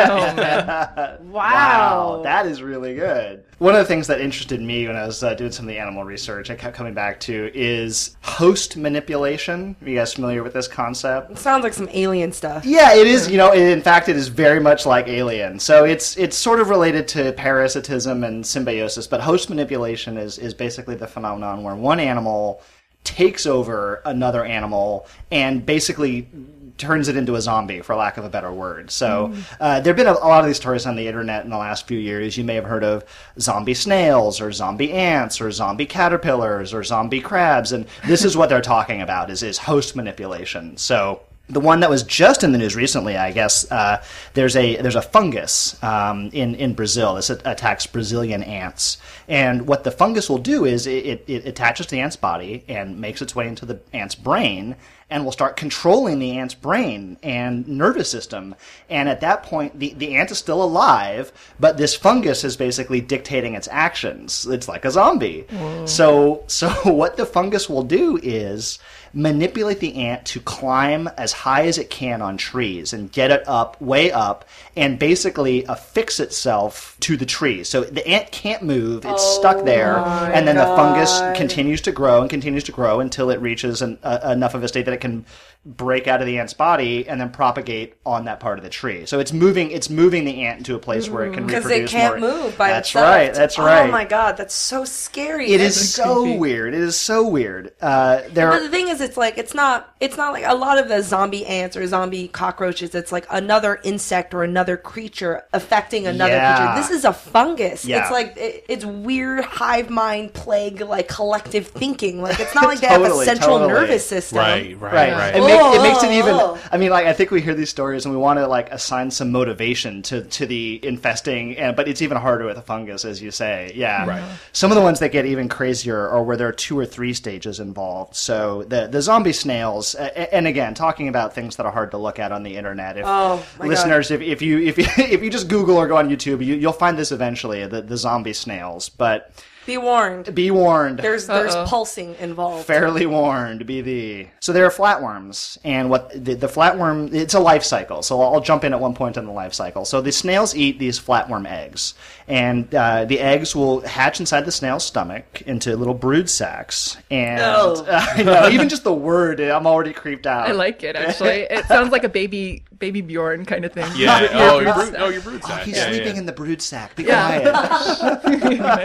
[SPEAKER 4] Oh, man.
[SPEAKER 2] wow.
[SPEAKER 3] that is really good. One of the things that interested me when I was uh, doing some of the animal research, I kept coming back to is host manipulation. Are you guys familiar with this concept?
[SPEAKER 2] Sounds like some alien stuff.
[SPEAKER 3] Yeah, it is. You know, in fact, it is very much like Alien. So it's it's sort of related to parasitism and symbiosis, but host manipulation is is basically the phenomenon where one animal takes over another animal and basically turns it into a zombie, for lack of a better word. So uh, there have been a, a lot of these stories on the internet in the last few years. You may have heard of zombie snails or zombie ants or zombie caterpillars or zombie crabs, and this is what they're talking about is is host manipulation. So the one that was just in the news recently, I guess, uh, there's a there's a fungus um, in in Brazil. This at- attacks Brazilian ants, and what the fungus will do is it, it, it attaches to the ant's body and makes its way into the ant's brain, and will start controlling the ant's brain and nervous system. And at that point, the the ant is still alive, but this fungus is basically dictating its actions. It's like a zombie. So so what the fungus will do is manipulate the ant to climb as high as it can on trees and get it up, way up, and basically affix itself to the tree. So the ant can't move, it's
[SPEAKER 2] Oh
[SPEAKER 3] stuck there, and then the fungus continues to grow and continues to grow until it reaches an, uh, enough of a state that it can break out of the ant's body and then propagate on that part of the tree. So it's moving it's moving the ant into a place where it can reproduce
[SPEAKER 2] Because they Mm-hmm. can't
[SPEAKER 3] more-
[SPEAKER 2] move by
[SPEAKER 3] That's
[SPEAKER 2] themselves.
[SPEAKER 3] right. That's right.
[SPEAKER 2] Oh my god, that's so scary.
[SPEAKER 3] It
[SPEAKER 2] That's
[SPEAKER 3] is so weird. It is so weird. Uh, there
[SPEAKER 2] But the thing is, it's like it's not it's not like a lot of the zombie ants or zombie cockroaches. It's like another insect or another creature affecting another
[SPEAKER 3] Yeah.
[SPEAKER 2] creature. This is a fungus.
[SPEAKER 3] Yeah.
[SPEAKER 2] It's like it, it's weird hive mind plague like collective thinking. Like it's not like they
[SPEAKER 3] Totally,
[SPEAKER 2] have a central
[SPEAKER 3] totally.
[SPEAKER 2] nervous system.
[SPEAKER 5] Right, right,
[SPEAKER 3] right.
[SPEAKER 5] right.
[SPEAKER 3] It, make, it
[SPEAKER 2] Oh,
[SPEAKER 3] makes it
[SPEAKER 2] oh,
[SPEAKER 3] even.
[SPEAKER 2] oh.
[SPEAKER 3] I mean, like I think we hear these stories and we want to like assign some motivation to to the infesting, and but it's even harder with a fungus, as you say. Yeah,
[SPEAKER 5] Right.
[SPEAKER 3] Some of the ones that get even crazier are where there are two or three stages involved. So the the zombie snails, uh, and again, talking about things that are hard to look at on the internet. If
[SPEAKER 2] Oh, my God.
[SPEAKER 3] listeners, if, if you if you, if you just Google or go on YouTube, you, you'll find this eventually. The the zombie snails, but
[SPEAKER 2] Be warned.
[SPEAKER 3] be warned.
[SPEAKER 2] There's there's pulsing involved.
[SPEAKER 3] Fairly warned, be thee. So there are flatworms, and what the, the flatworm, it's a life cycle. So I'll, I'll jump in at one point in the life cycle. So the snails eat these flatworm eggs, and uh, the eggs will hatch inside the snail's stomach into little brood sacs. And
[SPEAKER 2] No.
[SPEAKER 3] I know, even just the word, I'm already creeped out.
[SPEAKER 4] I like it actually. It sounds like a baby baby Bjorn kind of thing.
[SPEAKER 5] Yeah. Oh, your brood.
[SPEAKER 4] brood
[SPEAKER 5] Oh, your brood
[SPEAKER 3] Oh,
[SPEAKER 5] sack.
[SPEAKER 3] he's
[SPEAKER 5] yeah,
[SPEAKER 3] sleeping
[SPEAKER 5] yeah.
[SPEAKER 3] in the brood sac. Be
[SPEAKER 4] Yeah.
[SPEAKER 3] quiet.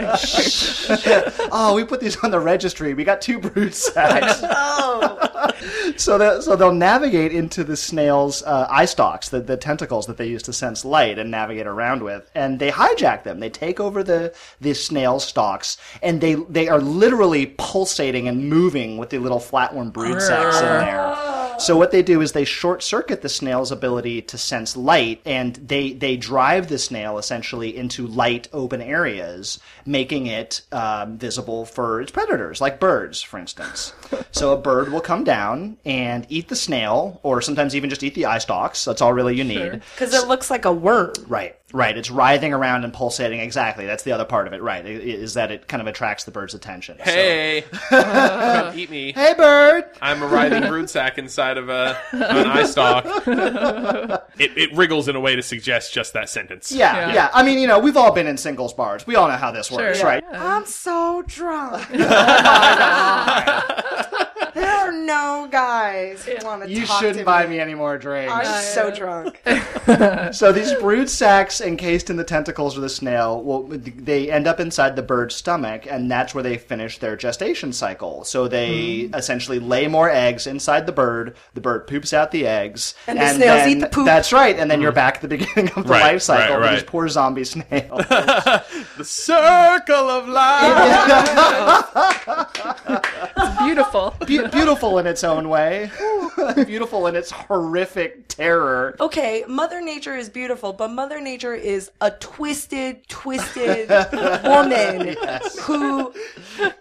[SPEAKER 3] oh, we put these on the registry. We got two brood sacs.
[SPEAKER 2] Oh,
[SPEAKER 3] so they'll, so they'll navigate into the snail's uh, eye stalks, the, the tentacles that they use to sense light and navigate around with, and they hijack them. They take over the the snail stalks, and they they are literally pulsating and moving with the little flatworm brood sacs in there. So what they do is they short circuit the snail's ability to sense light, and they they drive the snail essentially into light open areas, making it um, visible for its predators, like birds, for instance. so a bird will come down and eat the snail, or sometimes even just eat the eye stalks. That's all really you need.
[SPEAKER 2] because it looks like a worm.
[SPEAKER 3] Right, right. It's writhing around and pulsating. Exactly. That's the other part of it. Right, i- is that it kind of attracts the bird's attention. So-
[SPEAKER 5] Hey, come eat me.
[SPEAKER 3] hey, bird.
[SPEAKER 5] I'm a writhing brood sack inside of a an eye stalk. It, it wriggles in a way to suggest just that sentence.
[SPEAKER 3] Yeah, yeah,
[SPEAKER 4] Yeah.
[SPEAKER 3] I mean, you know, we've all been in singles bars. We all know how this works,
[SPEAKER 4] Sure.
[SPEAKER 3] right?
[SPEAKER 2] I'm so drunk.
[SPEAKER 3] Oh
[SPEAKER 2] there are no guys who want to.
[SPEAKER 3] You
[SPEAKER 2] talk
[SPEAKER 3] shouldn't
[SPEAKER 2] to
[SPEAKER 3] buy
[SPEAKER 2] me.
[SPEAKER 3] me any more drinks.
[SPEAKER 2] I'm so drunk.
[SPEAKER 3] so these brood sacs encased in the tentacles of the snail will they end up inside the bird's stomach and that's where they finish their gestation cycle so
[SPEAKER 2] Hmm.
[SPEAKER 3] they essentially lay more eggs inside the bird the bird poops out the eggs
[SPEAKER 2] And the snails
[SPEAKER 3] then-
[SPEAKER 2] eat the poop.
[SPEAKER 3] that's right and then you're back at the beginning of the
[SPEAKER 5] Hmm. Right,
[SPEAKER 3] life cycle
[SPEAKER 5] right,
[SPEAKER 3] with these
[SPEAKER 5] right.
[SPEAKER 3] poor zombie snails
[SPEAKER 5] The circle of life.
[SPEAKER 4] Beautiful.
[SPEAKER 3] Be- beautiful in its own way beautiful in its horrific terror
[SPEAKER 2] Okay, Mother Nature is beautiful, but Mother Nature is a twisted, twisted woman who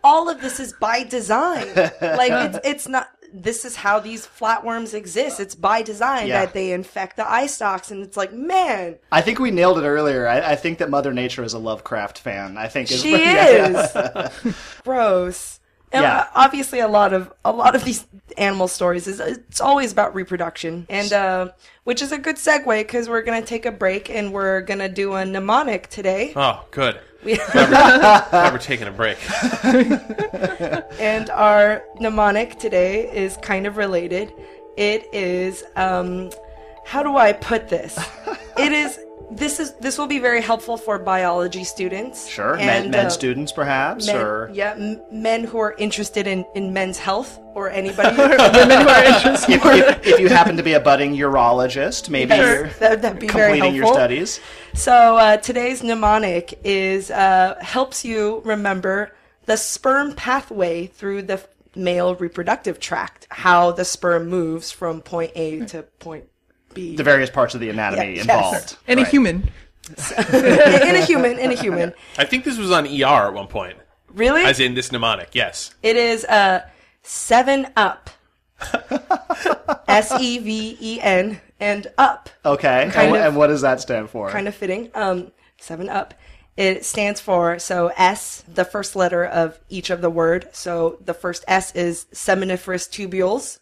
[SPEAKER 2] all of this is by design. Like it's it's not this is how these flatworms exist. It's by design
[SPEAKER 3] Yeah.
[SPEAKER 2] that they infect the eye stalks and it's like, man,
[SPEAKER 3] I think we nailed it earlier. I, I think that Mother Nature is a Lovecraft fan. I think is
[SPEAKER 2] She
[SPEAKER 3] yeah.
[SPEAKER 2] is. Gross. And
[SPEAKER 3] Yeah.
[SPEAKER 2] uh, obviously a lot of a lot of these animal stories is it's always about reproduction. And uh which is a good segue cuz we're going to take a break and we're going to do a mnemonic today.
[SPEAKER 5] Oh, good.
[SPEAKER 2] We-
[SPEAKER 5] Glad we're taking a break.
[SPEAKER 2] and our mnemonic today is kind of related. It is um how do I put this? It is This is this will be very helpful for biology students.
[SPEAKER 3] Sure.
[SPEAKER 2] and,
[SPEAKER 3] med, med
[SPEAKER 2] uh,
[SPEAKER 3] students, perhaps,
[SPEAKER 2] men,
[SPEAKER 3] or
[SPEAKER 2] yeah, m- men who are interested in, in men's health or anybody.
[SPEAKER 4] Women who are interested.
[SPEAKER 3] if, if, if you happen to be a budding urologist, maybe you're
[SPEAKER 2] that, that'd be very helpful.
[SPEAKER 3] completing your studies.
[SPEAKER 2] So uh, today's mnemonic is uh, helps you remember the sperm pathway through the male reproductive tract, how the sperm moves from point A to point B.
[SPEAKER 3] The various parts of the anatomy
[SPEAKER 2] Yeah, yes.
[SPEAKER 3] involved.
[SPEAKER 4] and a
[SPEAKER 3] Right.
[SPEAKER 4] human.
[SPEAKER 2] in a human, in a human.
[SPEAKER 5] I think this was on ER at one point,
[SPEAKER 2] Really?
[SPEAKER 5] as in this mnemonic. Yes.
[SPEAKER 2] It is uh, seven up. S E V E N and up.
[SPEAKER 3] Okay. And,
[SPEAKER 2] Kind
[SPEAKER 3] wh-
[SPEAKER 2] of-
[SPEAKER 3] and what does that stand for?
[SPEAKER 2] Kind of fitting. Um, seven up. It stands for so S, the first letter of each of the word. So the first S is seminiferous tubules.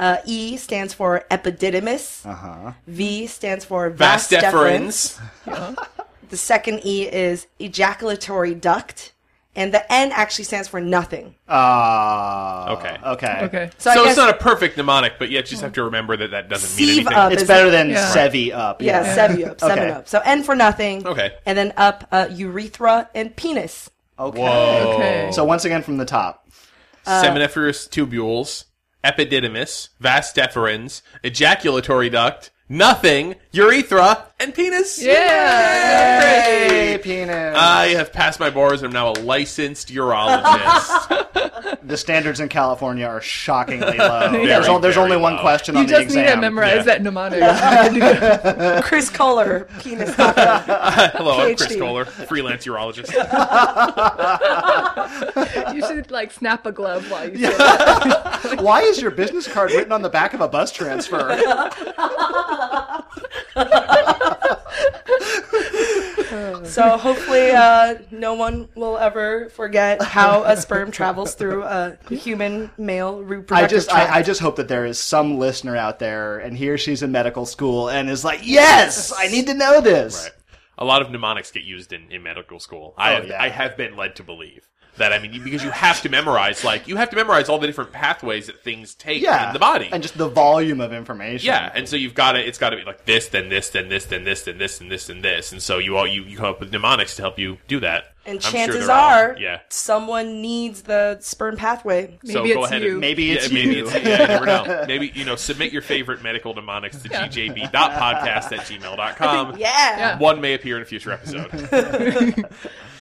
[SPEAKER 2] Uh, e stands for epididymis. V stands for vas
[SPEAKER 5] Vast
[SPEAKER 2] deferens.
[SPEAKER 5] deferens.
[SPEAKER 2] The second E is ejaculatory duct, and the N actually stands for nothing.
[SPEAKER 3] Ah,
[SPEAKER 5] Okay.
[SPEAKER 3] Okay.
[SPEAKER 4] Okay.
[SPEAKER 2] So,
[SPEAKER 5] so
[SPEAKER 2] I
[SPEAKER 5] it's
[SPEAKER 2] guess
[SPEAKER 5] not a perfect mnemonic, but you just have to remember that that doesn't mean
[SPEAKER 2] Sieve
[SPEAKER 5] anything.
[SPEAKER 2] up.
[SPEAKER 3] It's
[SPEAKER 2] Is
[SPEAKER 3] better than
[SPEAKER 4] Yeah.
[SPEAKER 3] Sevi up.
[SPEAKER 2] yeah, seven up, seven
[SPEAKER 3] Okay.
[SPEAKER 2] up. So N for nothing.
[SPEAKER 5] Okay.
[SPEAKER 2] And then up uh, urethra and penis.
[SPEAKER 3] Okay.
[SPEAKER 5] Whoa.
[SPEAKER 4] Okay.
[SPEAKER 3] So once again from the top. Uh,
[SPEAKER 5] Seminiferous tubules, epididymis, vas deferens, ejaculatory duct, nothing, urethra, and penis.
[SPEAKER 4] yeah.
[SPEAKER 3] Hey, penis.
[SPEAKER 5] I have passed my bars and I'm now a licensed urologist.
[SPEAKER 3] the standards in California are shockingly low. there's
[SPEAKER 5] Very,
[SPEAKER 3] o- there's
[SPEAKER 5] very
[SPEAKER 3] only one
[SPEAKER 5] low.
[SPEAKER 3] question
[SPEAKER 4] You
[SPEAKER 3] on the
[SPEAKER 4] just
[SPEAKER 3] exam.
[SPEAKER 4] need to memorize
[SPEAKER 5] Yeah.
[SPEAKER 4] that mnemonic. I can do that.
[SPEAKER 2] Chris Kohler, penis doctor.
[SPEAKER 5] Hello, I'm Chris
[SPEAKER 2] PhD.
[SPEAKER 5] Kohler, freelance urologist.
[SPEAKER 4] You should like snap a glove while you. say it.
[SPEAKER 3] Why is your business card written on the back of a bus transfer?
[SPEAKER 2] So hopefully, uh, no one will ever forget how a sperm travels through a human male
[SPEAKER 3] I
[SPEAKER 2] reproductive
[SPEAKER 3] just
[SPEAKER 2] tract.
[SPEAKER 3] I, I just hope that there is some listener out there and he or she's in medical school and is like, Yes, I need to know this.
[SPEAKER 5] Right. A lot of mnemonics get used in, in medical school. I
[SPEAKER 3] Oh,
[SPEAKER 5] have,
[SPEAKER 3] yeah.
[SPEAKER 5] I have been led to believe that. I mean, you- because you have to memorize, like, you have to memorize all the different pathways that things take
[SPEAKER 3] Yeah.
[SPEAKER 5] in the body.
[SPEAKER 3] And just the volume of information.
[SPEAKER 5] yeah, and so you've got to, it's got to be like this, then this, then this, then this, then this, and this, and this. And so you all, you, you come up with mnemonics to help you do that.
[SPEAKER 2] and
[SPEAKER 5] I'm sure
[SPEAKER 2] chances
[SPEAKER 5] they're all-
[SPEAKER 2] are,
[SPEAKER 5] yeah.
[SPEAKER 2] someone needs the sperm pathway.
[SPEAKER 5] so
[SPEAKER 4] Maybe
[SPEAKER 5] go
[SPEAKER 4] it's
[SPEAKER 5] ahead
[SPEAKER 4] you.
[SPEAKER 5] and
[SPEAKER 3] Maybe it's
[SPEAKER 5] yeah, maybe
[SPEAKER 3] you.
[SPEAKER 5] It's, yeah, you never know. Maybe, you know, submit your favorite medical mnemonics to ggb.podcast at gmail.com.
[SPEAKER 2] Yeah.
[SPEAKER 5] One may appear in a future episode.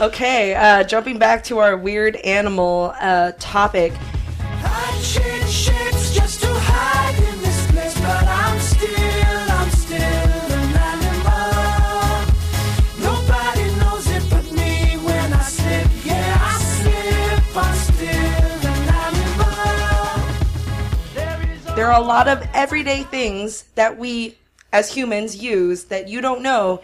[SPEAKER 2] Okay, uh, jumping back to our weird animal uh, topic.
[SPEAKER 6] I change shapes just to hide in this place, but I'm still, I'm still an animal. Nobody knows it but me when I slip, yeah, I slip, I'm still an animal. There is
[SPEAKER 2] There are a lot of everyday things that we as humans use that you don't know.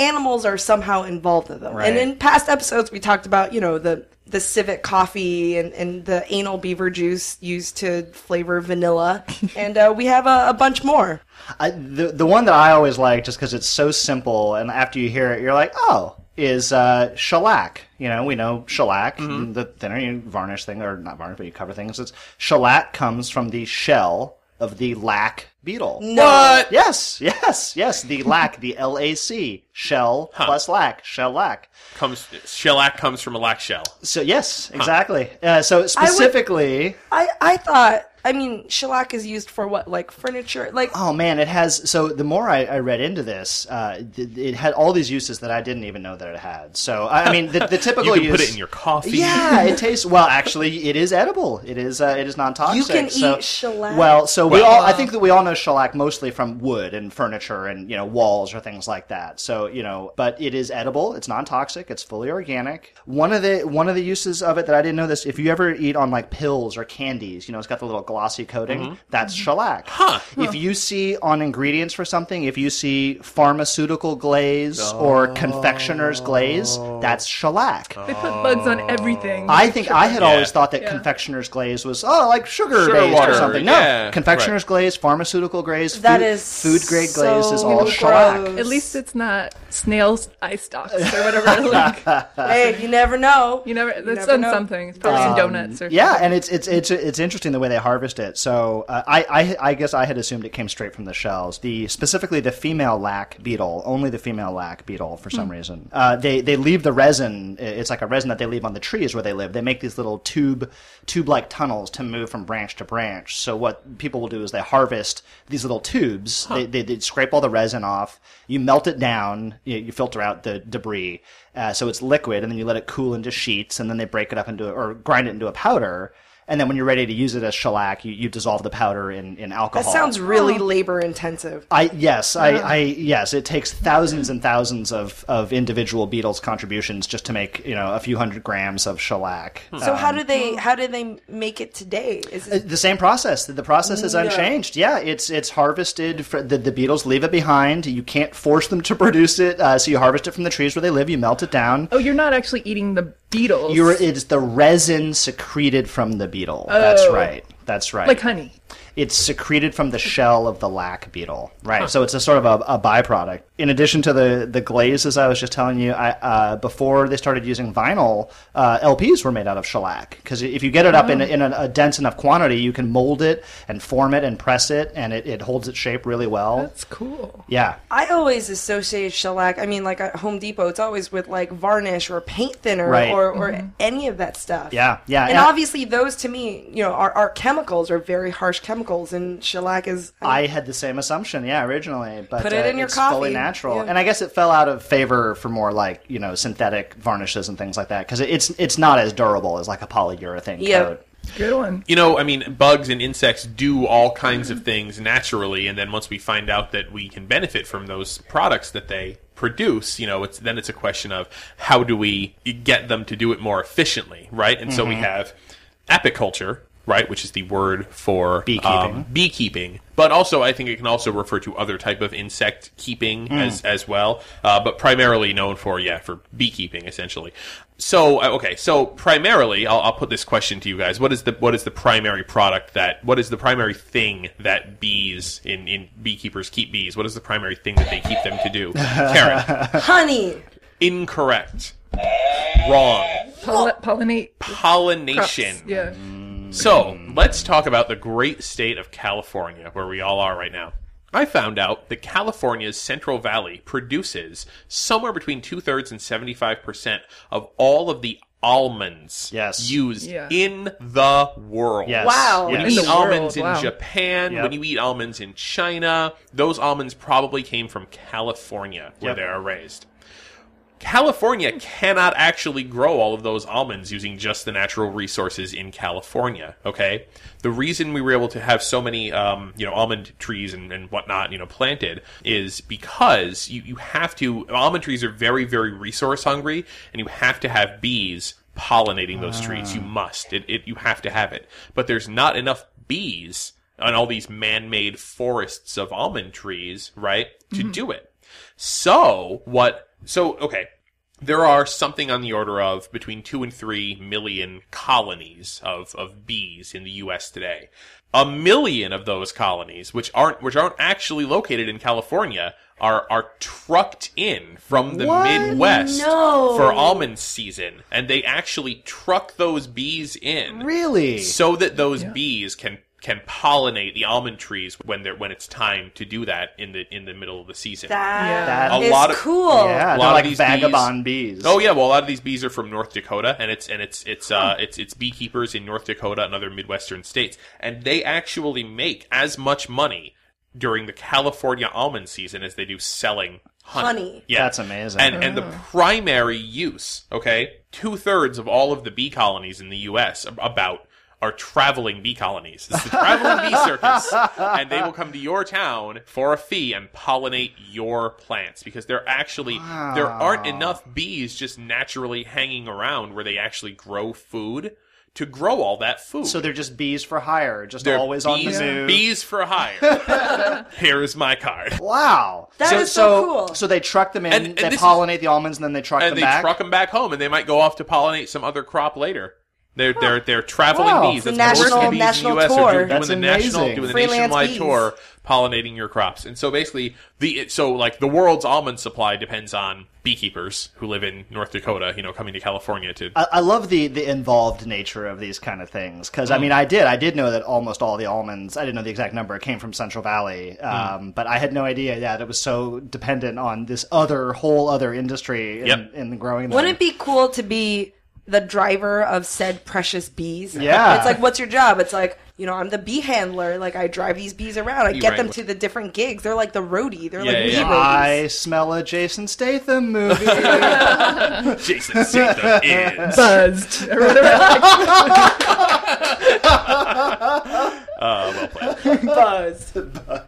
[SPEAKER 2] Animals are somehow involved in them.
[SPEAKER 3] Right.
[SPEAKER 2] And in past episodes, we talked about, you know, the, the civet coffee and, and the anal beaver juice used to flavor vanilla. and uh, we have a, a bunch more.
[SPEAKER 3] I, the the one that I always like, just because it's so simple, and after you hear it, you're like, oh, is uh, shellac. You know, we know shellac,
[SPEAKER 5] Mm-hmm.
[SPEAKER 3] the thinner you varnish thing, or not varnish, but you cover things. It's shellac comes from the shell of the lac beetle.
[SPEAKER 5] What?
[SPEAKER 3] Yes, yes, yes. The lac, the L A C, shell plus lac, shellac.
[SPEAKER 5] comes shellac comes from a lac shell.
[SPEAKER 3] So yes, exactly. Uh, so specifically.
[SPEAKER 2] I, I thought, I mean, shellac is used for what? Like furniture? Like,
[SPEAKER 3] Oh man, it has. So the more I, I read into this, uh, th- it had all these uses that I didn't even know that it had. So I, I mean, the, the
[SPEAKER 5] You
[SPEAKER 3] typical
[SPEAKER 5] can
[SPEAKER 3] use.
[SPEAKER 5] put it in your coffee.
[SPEAKER 3] Yeah, it tastes well. Actually, it is edible. It is. Uh, it is non-toxic.
[SPEAKER 2] You can
[SPEAKER 3] so,
[SPEAKER 2] eat shellac.
[SPEAKER 3] Well, uh, so we all. I think that we all know shellac mostly from wood and furniture and you know walls or things like that. So you know, but it is edible. It's non-toxic. It's fully organic. One of the one of the uses of it that I didn't know this. If you ever eat on like pills or candies, you know, it's got the little glossy coating. That's
[SPEAKER 2] Mm-hmm.
[SPEAKER 3] shellac. Mm-hmm. Huh. If you see on ingredients for something, if you see pharmaceutical glaze or confectioner's glaze, that's shellac.
[SPEAKER 4] They put bugs on
[SPEAKER 5] Oh.
[SPEAKER 4] everything.
[SPEAKER 3] I think I had always thought that
[SPEAKER 4] Yeah.
[SPEAKER 3] confectioner's glaze was oh like sugar,
[SPEAKER 5] Sugar
[SPEAKER 3] based
[SPEAKER 5] water,
[SPEAKER 3] or something. No,
[SPEAKER 5] yeah.
[SPEAKER 3] confectioner's glaze, pharmaceutical glaze,
[SPEAKER 2] That
[SPEAKER 3] food,
[SPEAKER 2] is
[SPEAKER 3] food grade glaze is
[SPEAKER 2] so
[SPEAKER 3] all shellac.
[SPEAKER 2] gross.
[SPEAKER 4] At least it's not snails eye stalks or whatever. like,
[SPEAKER 2] hey, you never know.
[SPEAKER 4] you never. It's
[SPEAKER 2] never
[SPEAKER 4] on
[SPEAKER 2] know. Um,
[SPEAKER 4] something. It's probably in donuts or
[SPEAKER 3] Yeah, and it's it's it's it's interesting the way they harvest it. So uh, I, I I guess I had assumed it came straight from the shells. The specifically the female lac beetle, only the female lac beetle for
[SPEAKER 2] Hmm.
[SPEAKER 3] some reason. Uh, they they leave the resin. It's like a resin that they leave on the trees where they live. They make these little tube tube like tunnels to move from branch to branch. So what people will do is they harvest these little tubes. They, they they scrape all the resin off. You melt it down. You, you filter out the debris. Uh, so it's liquid, and then you let it cool into sheets, and then they break it up into or grind it into a powder. And then when you're ready to use it as shellac, you, you dissolve the powder in, in alcohol.
[SPEAKER 2] That sounds really labor intensive.
[SPEAKER 3] I yes, I, I yes, it takes thousands and thousands of, of individual beetles' contributions just to make you know a few hundred grams of shellac.
[SPEAKER 2] So how do they how do they make it today? Is it,
[SPEAKER 3] the same process. The process is unchanged. Yeah, it's it's harvested. For, the, the beetles leave it behind. You can't force them to produce it. Uh, so you harvest it from the trees where they live. You melt it down.
[SPEAKER 4] Oh, you're not actually eating the beetles.
[SPEAKER 3] You're, it's the resin secreted from the beetle. That's right. That's right.
[SPEAKER 4] Oh. like honey.
[SPEAKER 3] it's secreted from the shell of the lac beetle, right? So it's a sort of a, a byproduct. In addition to the the glaze, as I was just telling you, I, uh, before they started using vinyl, uh, LPs were made out of shellac because if you get it up in, a, in a, a dense enough quantity, you can mold it and form it and press it, and it, it holds its shape really well.
[SPEAKER 4] That's cool.
[SPEAKER 3] yeah,
[SPEAKER 2] I always associate shellac. I mean, like at Home Depot, it's always with like varnish or paint thinner
[SPEAKER 3] Right.
[SPEAKER 2] or, or any of that stuff.
[SPEAKER 3] Yeah, yeah,
[SPEAKER 2] And
[SPEAKER 3] and I-
[SPEAKER 2] obviously, those to me, you know, are, are chemicals are very harsh chemicals, and shellac is.
[SPEAKER 3] I had the same assumption, yeah, originally, but
[SPEAKER 2] Put it
[SPEAKER 3] uh,
[SPEAKER 2] in your
[SPEAKER 3] it's
[SPEAKER 2] coffee.
[SPEAKER 3] fully natural,
[SPEAKER 2] Yeah.
[SPEAKER 3] and I guess it fell out of favor for more like you know synthetic varnishes and things like that because it's it's not as durable as like a polyurethane
[SPEAKER 2] Yeah.
[SPEAKER 3] coat.
[SPEAKER 4] Good one.
[SPEAKER 5] You know, I mean, bugs and insects do all kinds of things naturally, and then once we find out that we can benefit from those products that they produce, you know, it's then it's a question of how do we get them to do it more efficiently, right? And so we have apiculture, right, which is the word for
[SPEAKER 3] Beekeeping.
[SPEAKER 5] beekeeping. But also, I think it can also refer to other type of insect keeping as as well. Uh, but primarily known for yeah for beekeeping essentially. So uh, okay, so primarily, I'll, I'll put this question to you guys: What is the what is the primary product that what is the primary thing that bees in in beekeepers keep bees? What is the primary thing that they keep them to do? Karen,
[SPEAKER 2] honey.
[SPEAKER 5] incorrect, wrong,
[SPEAKER 4] Poll- pollinate crops.
[SPEAKER 5] pollination.
[SPEAKER 4] Yeah.
[SPEAKER 5] So let's talk about the great state of California, where we all are right now. I found out that California's Central Valley produces somewhere between two thirds and 75% of all of the almonds
[SPEAKER 3] Yes.
[SPEAKER 5] used
[SPEAKER 4] Yeah.
[SPEAKER 5] in the world.
[SPEAKER 3] Yes.
[SPEAKER 2] Wow.
[SPEAKER 5] When
[SPEAKER 3] Yes.
[SPEAKER 5] you eat
[SPEAKER 4] In the world,
[SPEAKER 5] almonds in
[SPEAKER 4] wow.
[SPEAKER 5] Japan,
[SPEAKER 3] Yep.
[SPEAKER 5] when you eat almonds in China, those almonds probably came from California, where
[SPEAKER 3] Yep.
[SPEAKER 5] they are raised. California cannot actually grow all of those almonds using just the natural resources in California. Okay, the reason we were able to have so many, um, you know, almond trees and, and whatnot, you know, planted is because you you have to almond trees are very very resource hungry, and you have to have bees pollinating those trees. You must. It, it you have to have it, but there's not enough bees on all these man-made forests of almond trees, right, to do it. So what? So okay, there are something on the order of between two and three million colonies of of bees in the U.S. today. A million of those colonies, which aren't which aren't actually located in California, are are trucked in from the Midwest
[SPEAKER 2] No.
[SPEAKER 5] for almond season, and they actually truck those bees in
[SPEAKER 3] Really?
[SPEAKER 5] so that those bees can can pollinate the almond trees when they're when it's time to do that in the in the middle of the season.
[SPEAKER 2] That
[SPEAKER 5] A
[SPEAKER 2] is
[SPEAKER 5] lot of-
[SPEAKER 2] cool.
[SPEAKER 3] yeah,
[SPEAKER 5] A lot
[SPEAKER 3] they're
[SPEAKER 5] of
[SPEAKER 3] like
[SPEAKER 5] these
[SPEAKER 3] vagabond bees.
[SPEAKER 5] Oh yeah, well a lot of these bees are from North Dakota, and it's and it's it's uh it's it's beekeepers in North Dakota and other midwestern states, and they actually make as much money during the California almond season as they do selling honey.
[SPEAKER 2] Honey.
[SPEAKER 5] Yeah,
[SPEAKER 3] That's amazing.
[SPEAKER 5] And and the primary use, okay, two thirds of all of the bee colonies in the U.S. ab- about are traveling bee colonies. It's the traveling bee circus, and they will come to your town for a fee and pollinate your plants because they're actually there aren't enough bees just naturally hanging around where they actually grow food. to grow all that food.
[SPEAKER 3] So they're just bees for hire, just
[SPEAKER 5] They're
[SPEAKER 3] always on the
[SPEAKER 5] bees-
[SPEAKER 3] move.
[SPEAKER 5] Bees for hire. Here is my card.
[SPEAKER 3] Wow,
[SPEAKER 2] That
[SPEAKER 3] That is
[SPEAKER 2] is so cool.
[SPEAKER 3] So they truck them in,
[SPEAKER 5] And- and
[SPEAKER 3] they
[SPEAKER 5] this is-
[SPEAKER 3] pollinate the almonds, and then they truck
[SPEAKER 5] And
[SPEAKER 3] them
[SPEAKER 5] they
[SPEAKER 3] back.
[SPEAKER 5] truck them back home, and they might go off to pollinate some other crop later. They're they're they're traveling
[SPEAKER 3] Wow.
[SPEAKER 5] bees.
[SPEAKER 2] National-
[SPEAKER 5] what working bees
[SPEAKER 2] national
[SPEAKER 5] in the US
[SPEAKER 2] tour.
[SPEAKER 5] Are doing,
[SPEAKER 3] That's
[SPEAKER 5] doing the national,
[SPEAKER 3] amazing.
[SPEAKER 5] doing the
[SPEAKER 2] Freelance
[SPEAKER 5] nationwide
[SPEAKER 2] bees.
[SPEAKER 5] tour, pollinating your crops. And so basically, the it- so like the world's almond supply depends on beekeepers who live in North Dakota. You know, coming to California to
[SPEAKER 3] I, I love the, the involved nature of these kind of things because
[SPEAKER 5] Mm.
[SPEAKER 3] I mean I did I did know that almost all the almonds I didn't know the exact number it came from Central Valley
[SPEAKER 5] Mm.
[SPEAKER 3] um, but I had no idea that it was so dependent on this other whole other industry in,
[SPEAKER 5] Yep.
[SPEAKER 3] in growing them.
[SPEAKER 2] Wouldn't it be cool to be the driver of said precious bees?
[SPEAKER 3] Yeah.
[SPEAKER 2] It's like, what's your job? It's like, you know, I'm the bee handler. Like, I drive these bees around. I
[SPEAKER 5] You
[SPEAKER 2] get
[SPEAKER 5] right.
[SPEAKER 2] them to the different gigs. They're like the roadie. They're
[SPEAKER 5] Yeah,
[SPEAKER 2] like
[SPEAKER 5] yeah,
[SPEAKER 2] bee roadies.
[SPEAKER 3] I smell a Jason Statham movie.
[SPEAKER 5] Jason Statham is.
[SPEAKER 4] buzzed or whatever. Like,
[SPEAKER 2] Buzz.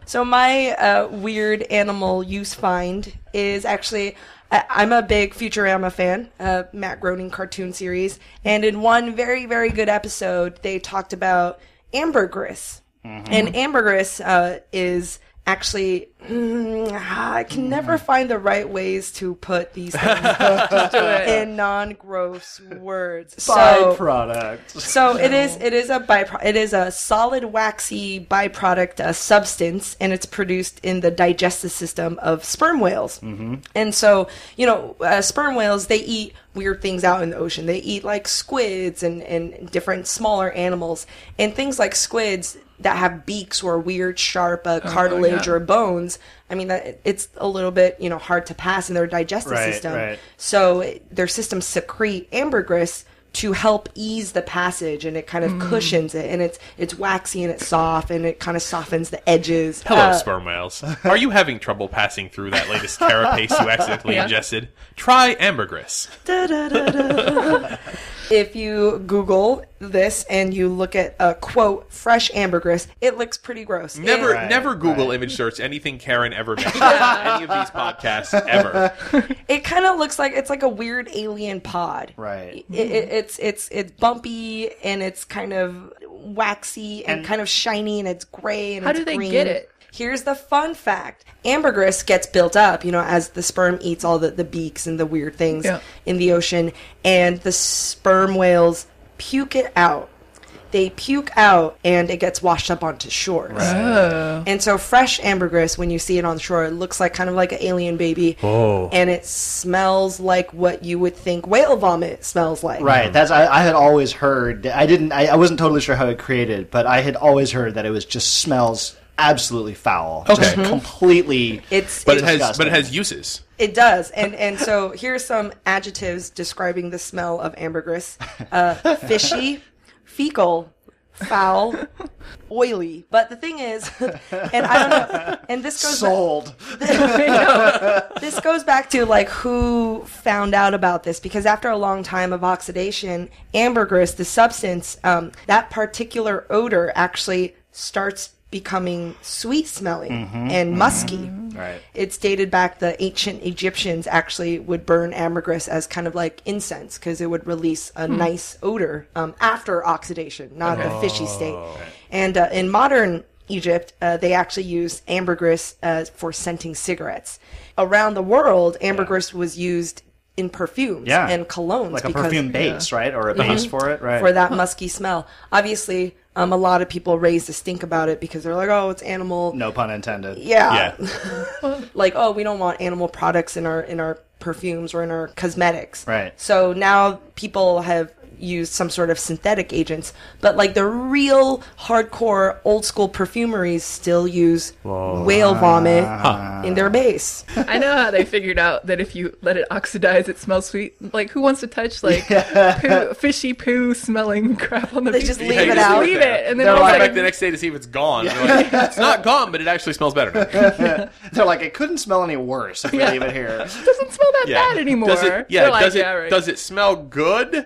[SPEAKER 2] So my uh, weird animal use find is actually I- I'm a big Futurama fan, uh, Matt Groening cartoon series, and in one very very good episode they talked about ambergris, and ambergris uh, is actually mm, I can never find the right ways to put these things in non-gross words. So
[SPEAKER 3] Byproduct.
[SPEAKER 2] so it is. It is a byproduct. It is a solid waxy byproduct uh, substance, and it's produced in the digestive system of sperm whales. Mm-hmm. And so, you know, uh, sperm whales they eat weird things out in the ocean. They eat like squids and and different smaller animals and things like squids that have beaks or weird sharp
[SPEAKER 3] Oh,
[SPEAKER 2] uh, cartilage or bones. I mean, that it's a little bit you know hard to pass in their digestive
[SPEAKER 3] Right,
[SPEAKER 2] system.
[SPEAKER 3] right.
[SPEAKER 2] So it- their systems secrete ambergris to help ease the passage, and it kind of cushions it, and it's it's waxy and it's soft, and it kind of softens the edges.
[SPEAKER 5] Hello,
[SPEAKER 2] Uh,
[SPEAKER 5] sperm whales. Are you having trouble passing through that latest carapace you accidentally
[SPEAKER 4] Yeah.
[SPEAKER 5] ingested? Try ambergris.
[SPEAKER 2] da-da-da-da. if you Google this and you look at a quote "fresh ambergris," it looks pretty gross. It-
[SPEAKER 5] Never,
[SPEAKER 3] Right,
[SPEAKER 5] never Google
[SPEAKER 3] right.
[SPEAKER 5] image search anything Karen ever mentioned on any of these podcasts ever.
[SPEAKER 2] it kind of looks like it's like a weird alien pod.
[SPEAKER 3] Right.
[SPEAKER 2] It, it, it's it's it's bumpy and it's kind of waxy and, kind of shiny and it's gray and
[SPEAKER 4] How
[SPEAKER 2] it's
[SPEAKER 4] do they
[SPEAKER 2] green.
[SPEAKER 4] get it?
[SPEAKER 2] Here's the fun fact. Ambergris gets built up, you know, as the sperm eats all the, the beaks and the weird things
[SPEAKER 4] Yeah.
[SPEAKER 2] in the ocean, and the sperm whales puke it out. They puke out and it gets washed up onto shores. And so fresh ambergris, when you see it on shore, it looks like kind of like an alien baby. Oh. And it smells like what you would think whale vomit smells like.
[SPEAKER 3] Right. That's I, I had always heard. I didn't. I, I wasn't totally sure how it created, but I had always heard that it was just smells absolutely foul. Just
[SPEAKER 5] Okay.
[SPEAKER 3] completely.
[SPEAKER 2] It's,
[SPEAKER 5] But
[SPEAKER 2] it,
[SPEAKER 5] it has, but
[SPEAKER 3] Disgusting.
[SPEAKER 5] it has uses.
[SPEAKER 2] it does. And and so here's some adjectives describing the smell of ambergris. Uh, fishy, fecal, foul, oily. But the thing is, and I don't know, and this goes
[SPEAKER 3] sold.
[SPEAKER 2] this goes back to like who found out about this because after a long time of oxidation ambergris the substance um, that particular odor actually starts becoming sweet smelling and musky
[SPEAKER 3] Right.
[SPEAKER 2] it's dated back the ancient egyptians actually would burn ambergris as kind of like incense because it would release a nice odor um, after oxidation not the fishy state and uh, in modern egypt uh, they actually use ambergris uh, for scenting cigarettes around the world ambergris was used in perfumes
[SPEAKER 3] Yeah.
[SPEAKER 2] and colognes
[SPEAKER 3] Like a
[SPEAKER 2] because-
[SPEAKER 3] perfume base, right, or a base for it, right?
[SPEAKER 2] for that musky smell obviously um, a lot of people raise a stink about it because they're like oh it's animal
[SPEAKER 3] No pun intended.
[SPEAKER 5] Yeah.
[SPEAKER 2] like oh we don't want animal products in our in our perfumes or in our cosmetics
[SPEAKER 3] Right.
[SPEAKER 2] so now people have used some sort of synthetic agents but like the real hardcore old school perfumeries still use whale vomit in their base
[SPEAKER 4] I know how they figured out that if you let it oxidize, it smells sweet. Like who wants to touch like poo, fishy poo smelling crap on the
[SPEAKER 2] They
[SPEAKER 4] beach?
[SPEAKER 2] just
[SPEAKER 4] You
[SPEAKER 2] leave
[SPEAKER 4] just
[SPEAKER 2] it out.
[SPEAKER 4] leave it, and then
[SPEAKER 5] They'll
[SPEAKER 4] it's
[SPEAKER 5] come
[SPEAKER 4] like,
[SPEAKER 5] back the next day to see if it's gone. They're like, it's not gone, but it actually smells better. now."
[SPEAKER 3] They're like, it couldn't smell any worse if we leave it here.
[SPEAKER 4] it doesn't smell that
[SPEAKER 5] Yeah.
[SPEAKER 4] bad anymore.
[SPEAKER 5] Does it, yeah.
[SPEAKER 4] They're like,
[SPEAKER 5] does it
[SPEAKER 4] yeah, right.
[SPEAKER 5] does it smell good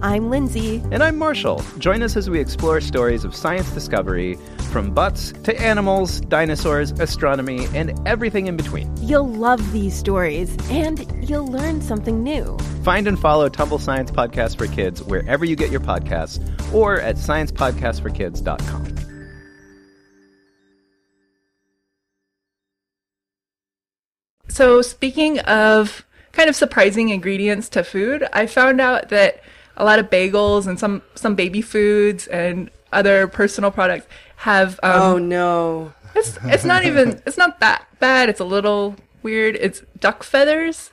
[SPEAKER 7] I'm Lindsay.
[SPEAKER 8] And I'm Marshall. Join us as we explore stories of science discovery from butts to animals, dinosaurs, astronomy, and everything in between.
[SPEAKER 7] You'll love these stories and you'll learn something new.
[SPEAKER 8] Find and follow Tumble Science Podcast for Kids wherever you get your podcasts or at sciencepodcastforkids.com.
[SPEAKER 4] So, speaking of kind of surprising ingredients to food, I found out that a lot of bagels and some some baby foods and other personal products have um,
[SPEAKER 2] Oh no.
[SPEAKER 4] it's it's not even it's not that bad. It's a little weird. It's duck feathers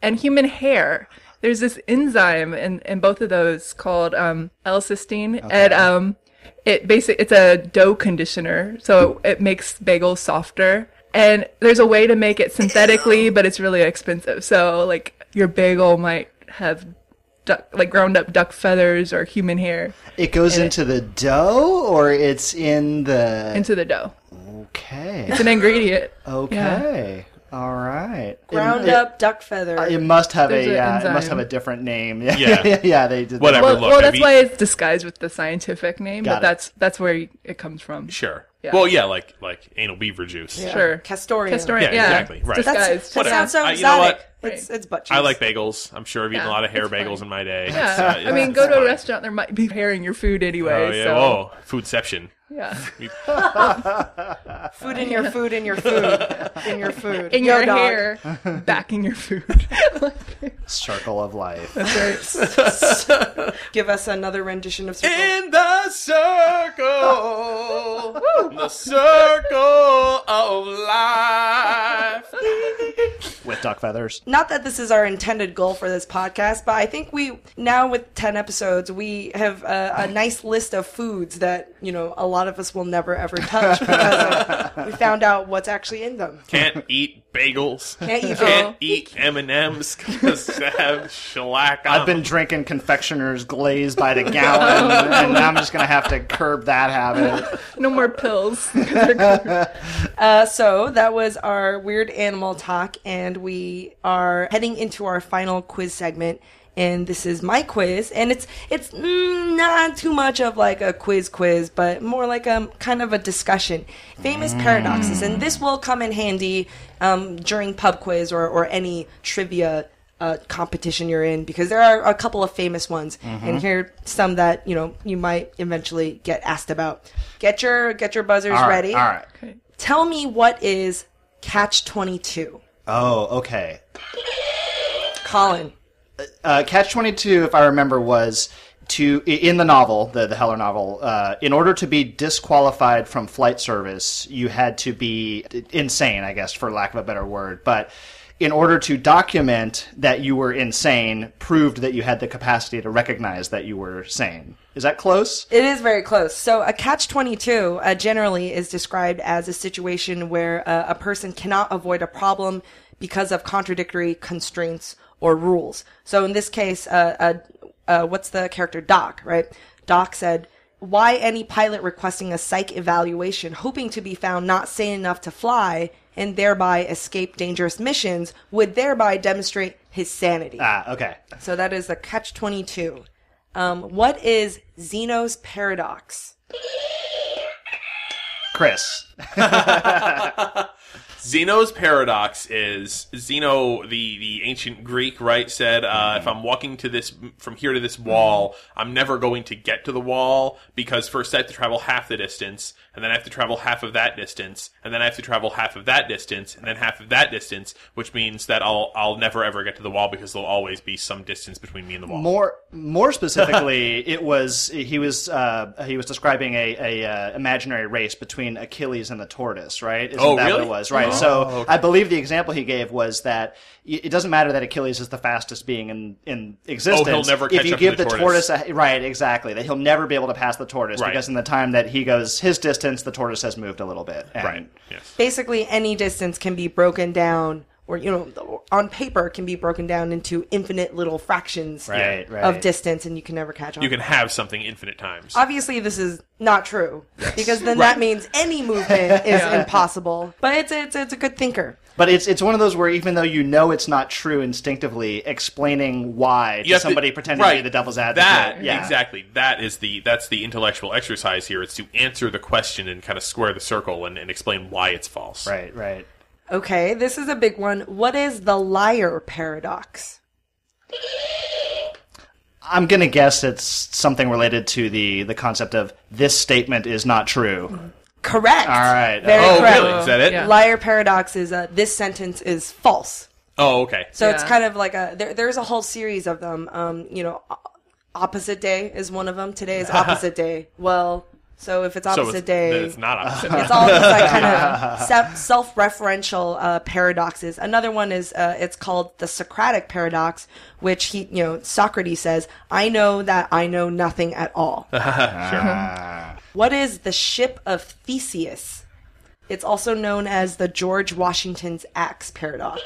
[SPEAKER 4] and human hair. There's this enzyme in, in both of those called um, L-cysteine, and um, it basic it's a dough conditioner, so it makes bagels softer. And there's a way to make it synthetically, but it's really expensive. So like your bagel might have duck like ground up duck feathers or human hair
[SPEAKER 3] It goes into the dough, or it's in the
[SPEAKER 4] into the dough.
[SPEAKER 3] okay,
[SPEAKER 4] It's an ingredient.
[SPEAKER 3] okay, all right. It-
[SPEAKER 2] Ground
[SPEAKER 3] it,
[SPEAKER 2] up duck feather.
[SPEAKER 3] It must have
[SPEAKER 4] There's
[SPEAKER 3] a
[SPEAKER 4] a
[SPEAKER 3] yeah. It must
[SPEAKER 4] enzyme.
[SPEAKER 3] have a different name. Yeah,
[SPEAKER 5] Yeah.
[SPEAKER 3] yeah. They did
[SPEAKER 5] Whatever.
[SPEAKER 4] well,
[SPEAKER 5] look,
[SPEAKER 4] well
[SPEAKER 5] I
[SPEAKER 4] that's
[SPEAKER 5] mean-
[SPEAKER 4] why it's disguised with the scientific name,
[SPEAKER 3] Got
[SPEAKER 4] but
[SPEAKER 3] it.
[SPEAKER 4] that's that's where it comes from.
[SPEAKER 5] Sure.
[SPEAKER 4] Yeah.
[SPEAKER 5] Well, yeah, like like anal beaver juice.
[SPEAKER 4] Sure.
[SPEAKER 2] Castoreum.
[SPEAKER 4] Castorium.
[SPEAKER 5] Yeah,
[SPEAKER 4] Yeah,
[SPEAKER 5] exactly,
[SPEAKER 4] It's
[SPEAKER 5] right.
[SPEAKER 2] That's
[SPEAKER 4] Disguised.
[SPEAKER 2] that
[SPEAKER 5] Whatever.
[SPEAKER 2] sounds so
[SPEAKER 5] I-
[SPEAKER 2] exotic.
[SPEAKER 5] you know what?
[SPEAKER 2] It's it's butt cheeks.
[SPEAKER 5] I like bagels. I'm sure I've eaten
[SPEAKER 4] Yeah,
[SPEAKER 5] a lot of hair
[SPEAKER 4] it's
[SPEAKER 5] bagels in my day.
[SPEAKER 4] yeah.
[SPEAKER 5] So
[SPEAKER 4] I
[SPEAKER 5] it's-
[SPEAKER 4] mean, go
[SPEAKER 5] it's
[SPEAKER 4] to a
[SPEAKER 5] fine.
[SPEAKER 4] restaurant, there might be pairing your food anyway.
[SPEAKER 5] Oh yeah.
[SPEAKER 4] So,
[SPEAKER 5] Oh, foodception.
[SPEAKER 4] yeah.
[SPEAKER 2] food in your food in your food in your food
[SPEAKER 4] In
[SPEAKER 2] Yo,
[SPEAKER 4] your
[SPEAKER 2] dog.
[SPEAKER 4] hair, back in your food.
[SPEAKER 3] Circle of Life.
[SPEAKER 2] Give us another rendition of circle.
[SPEAKER 5] In the circle, the circle of life.
[SPEAKER 3] with duck feathers.
[SPEAKER 2] not that this is our intended goal for this podcast, but I think we now with ten episodes we have a, a nice list of foods that you know a lot of us will never ever touch because of, we found out what's actually in them.
[SPEAKER 5] Can't eat bagels.
[SPEAKER 2] Can't eat bagel.
[SPEAKER 5] Can't eat M and M's because they have shellac. On
[SPEAKER 3] I've been drinking confectioner's glaze by the gallon,
[SPEAKER 2] Oh.
[SPEAKER 3] and now I'm just gonna have to curb that habit.
[SPEAKER 4] no more pills.
[SPEAKER 2] Uh, so that was our weird animal talk, and we are heading into our final quiz segment. And this is my quiz, and it's it's mm, not too much of like a quiz quiz, but more like a kind of a discussion.
[SPEAKER 3] Mm.
[SPEAKER 2] Famous paradoxes, and this will come in handy um, during pub quiz or or any trivia uh, competition you're in because there are a couple of famous ones
[SPEAKER 3] Mm-hmm.
[SPEAKER 2] and here are some that you know you might eventually get asked about get your get your buzzers
[SPEAKER 3] All right,
[SPEAKER 2] ready
[SPEAKER 3] All right.
[SPEAKER 2] Tell me what is catch 22?
[SPEAKER 3] Oh, okay.
[SPEAKER 2] Colin.
[SPEAKER 3] uh, catch 22 if i remember was to i- in the novel the, the heller novel uh, in order to be disqualified from flight service you had to be insane i guess for lack of a better word but in order to document that you were insane proved that you had the capacity to recognize that you were sane is that close
[SPEAKER 2] It is very close. So, a catch 22 uh, generally is described as a situation where uh, a person cannot avoid a problem because of contradictory constraints or rules. So, in this case, uh, uh, uh, what's the character? Doc, right? Doc said, Why any pilot requesting a psych evaluation hoping to be found not sane enough to fly and thereby escape dangerous missions would thereby demonstrate his sanity?
[SPEAKER 3] ah okay
[SPEAKER 2] So that is the catch 22. Um, what is Zeno's paradox?
[SPEAKER 3] chris
[SPEAKER 5] Zeno's paradox is Zeno, the, the ancient Greek, right, said, uh, if I'm walking to this, from here to this wall, I'm never going to get to the wall because first I have to travel half the distance, and then I have to travel half of that distance, and then I have to travel half of that distance, and then half of that distance, which means that I'll, I'll never ever get to the wall because there'll always be some distance between me and the wall.
[SPEAKER 3] More more specifically, it was he was uh, he was describing a, a uh, imaginary race between Achilles and the tortoise, right? Isn't
[SPEAKER 5] Oh,
[SPEAKER 3] that what
[SPEAKER 5] really?
[SPEAKER 3] it was? Right. so I believe the example he gave was that y- it doesn't matter that Achilles is the fastest being in, in existence.
[SPEAKER 5] Oh, never
[SPEAKER 3] if
[SPEAKER 5] catch
[SPEAKER 3] you
[SPEAKER 5] up to
[SPEAKER 3] give
[SPEAKER 5] the tortoise.
[SPEAKER 3] tortoise, a, right, exactly, that he'll never be able to pass the tortoise
[SPEAKER 5] Right.
[SPEAKER 3] because in the time that he goes his distance, the tortoise has moved a little bit. And
[SPEAKER 5] Right. Yes.
[SPEAKER 2] Basically, any distance can be broken down or you know on paper can be broken down into infinite little fractions
[SPEAKER 3] Right, right.
[SPEAKER 2] of distance and you can never catch on
[SPEAKER 5] You can have something infinite times.
[SPEAKER 2] obviously this is not true because then that means any movement is impossible but it's, it's it's a good thinker
[SPEAKER 3] But it's it's one of those where even though you know it's not true instinctively, explaining why
[SPEAKER 5] You
[SPEAKER 3] to
[SPEAKER 5] have to-
[SPEAKER 3] somebody pretending to be the devil's advocate.
[SPEAKER 5] That
[SPEAKER 3] yeah.
[SPEAKER 5] exactly. That is the that's the intellectual exercise here. It's to answer the question and kind of square the circle and, and explain why it's false.
[SPEAKER 3] Right, right.
[SPEAKER 2] okay this is a big one what is the liar paradox
[SPEAKER 3] I'm gonna guess it's something related to the the concept of this statement is not true.
[SPEAKER 2] correct
[SPEAKER 3] All right.
[SPEAKER 2] Very
[SPEAKER 5] Oh,
[SPEAKER 2] correct.
[SPEAKER 5] really? Is that it?
[SPEAKER 4] Yeah.
[SPEAKER 2] liar paradox is uh, this sentence is false
[SPEAKER 5] Oh, okay.
[SPEAKER 2] So it's
[SPEAKER 4] Yeah.
[SPEAKER 2] kind of like a there, there's a whole series of them. Um, you know, o- opposite day is one of them. Today is opposite day. Well, so if it's
[SPEAKER 5] so
[SPEAKER 2] opposite
[SPEAKER 5] it's,
[SPEAKER 2] day,
[SPEAKER 5] it's not opposite.
[SPEAKER 2] it's all these like kind of se- self-referential uh, paradoxes. Another one is uh, it's called the Socratic paradox, which he you know Socrates says, "I know that I know nothing at all." What is the ship of Theseus? It's also known as the George Washington's axe paradox.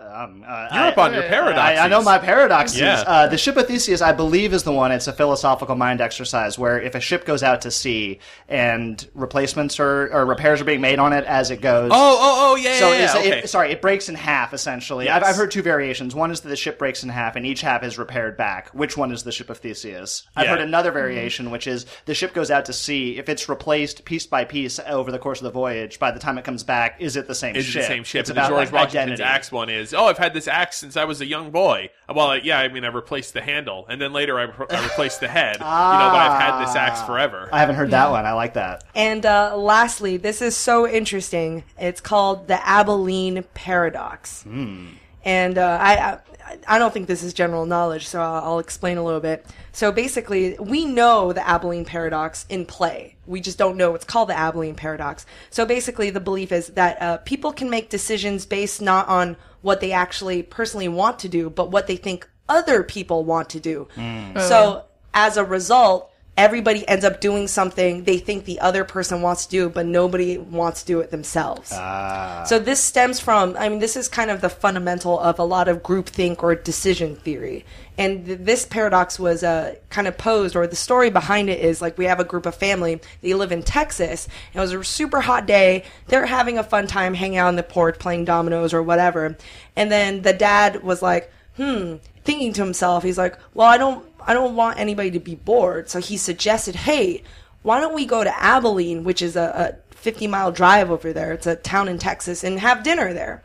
[SPEAKER 3] Uh,
[SPEAKER 5] You're up on your paradoxes.
[SPEAKER 3] I, I know my paradoxes.
[SPEAKER 5] Yeah.
[SPEAKER 3] Uh, the ship of Theseus, I believe, is the one. It's a philosophical mind exercise where if a ship goes out to sea and replacements are, or repairs are being made on it as it goes.
[SPEAKER 5] Oh, oh, oh, yeah,
[SPEAKER 3] So
[SPEAKER 5] yeah, yeah,
[SPEAKER 3] it's,
[SPEAKER 5] okay.
[SPEAKER 3] it, sorry, it breaks in half essentially. I've,
[SPEAKER 5] Yes.
[SPEAKER 3] I've heard two variations. One is that the ship breaks in half and each half is repaired back. Which one is the ship of Theseus? I've
[SPEAKER 5] Yeah.
[SPEAKER 3] heard
[SPEAKER 2] Mm-hmm.
[SPEAKER 3] another variation, which is the ship goes out to sea. If it's replaced piece by piece over the course of the voyage, by the time it comes back, is it the same
[SPEAKER 5] It's
[SPEAKER 3] ship?
[SPEAKER 5] the same ship.
[SPEAKER 3] It's
[SPEAKER 5] and the
[SPEAKER 3] about,
[SPEAKER 5] George
[SPEAKER 3] like,
[SPEAKER 5] Washington's
[SPEAKER 3] identity.
[SPEAKER 5] axe one is, oh, I've had this axe since I was a young boy. Well, I- yeah, I mean, I replaced the handle, and then later I, re- I replaced the head. you know, but I've had this axe forever.
[SPEAKER 3] Ah. I haven't heard that one. I like that.
[SPEAKER 2] And uh, lastly, this is so interesting. It's called the Abilene paradox. And uh, I, I, I don't think this is general knowledge, so I'll, I'll explain a little bit. So basically, we know the Abilene paradox in play. We just don't know it's called the Abilene paradox. So basically, the belief is that uh, people can make decisions based not on what they actually personally want to do, but what they think other people want to do. So as a result, everybody ends up doing something they think the other person wants to do, but nobody wants to do it themselves. So this stems from, I mean, this is kind of the fundamental of a lot of groupthink or decision theory. And th- this paradox was uh, kind of posed, or the story behind it is like we have a group of family, they live in Texas, and it was a super hot day. They're having a fun time hanging out on the porch playing dominoes or whatever. And then the dad was like, hmm, thinking to himself, he's like, well, I don't, I don't want anybody to be bored. So he suggested, hey, why don't we go to Abilene, which is a, a 50 mile drive over there? It's a town in Texas and have dinner there.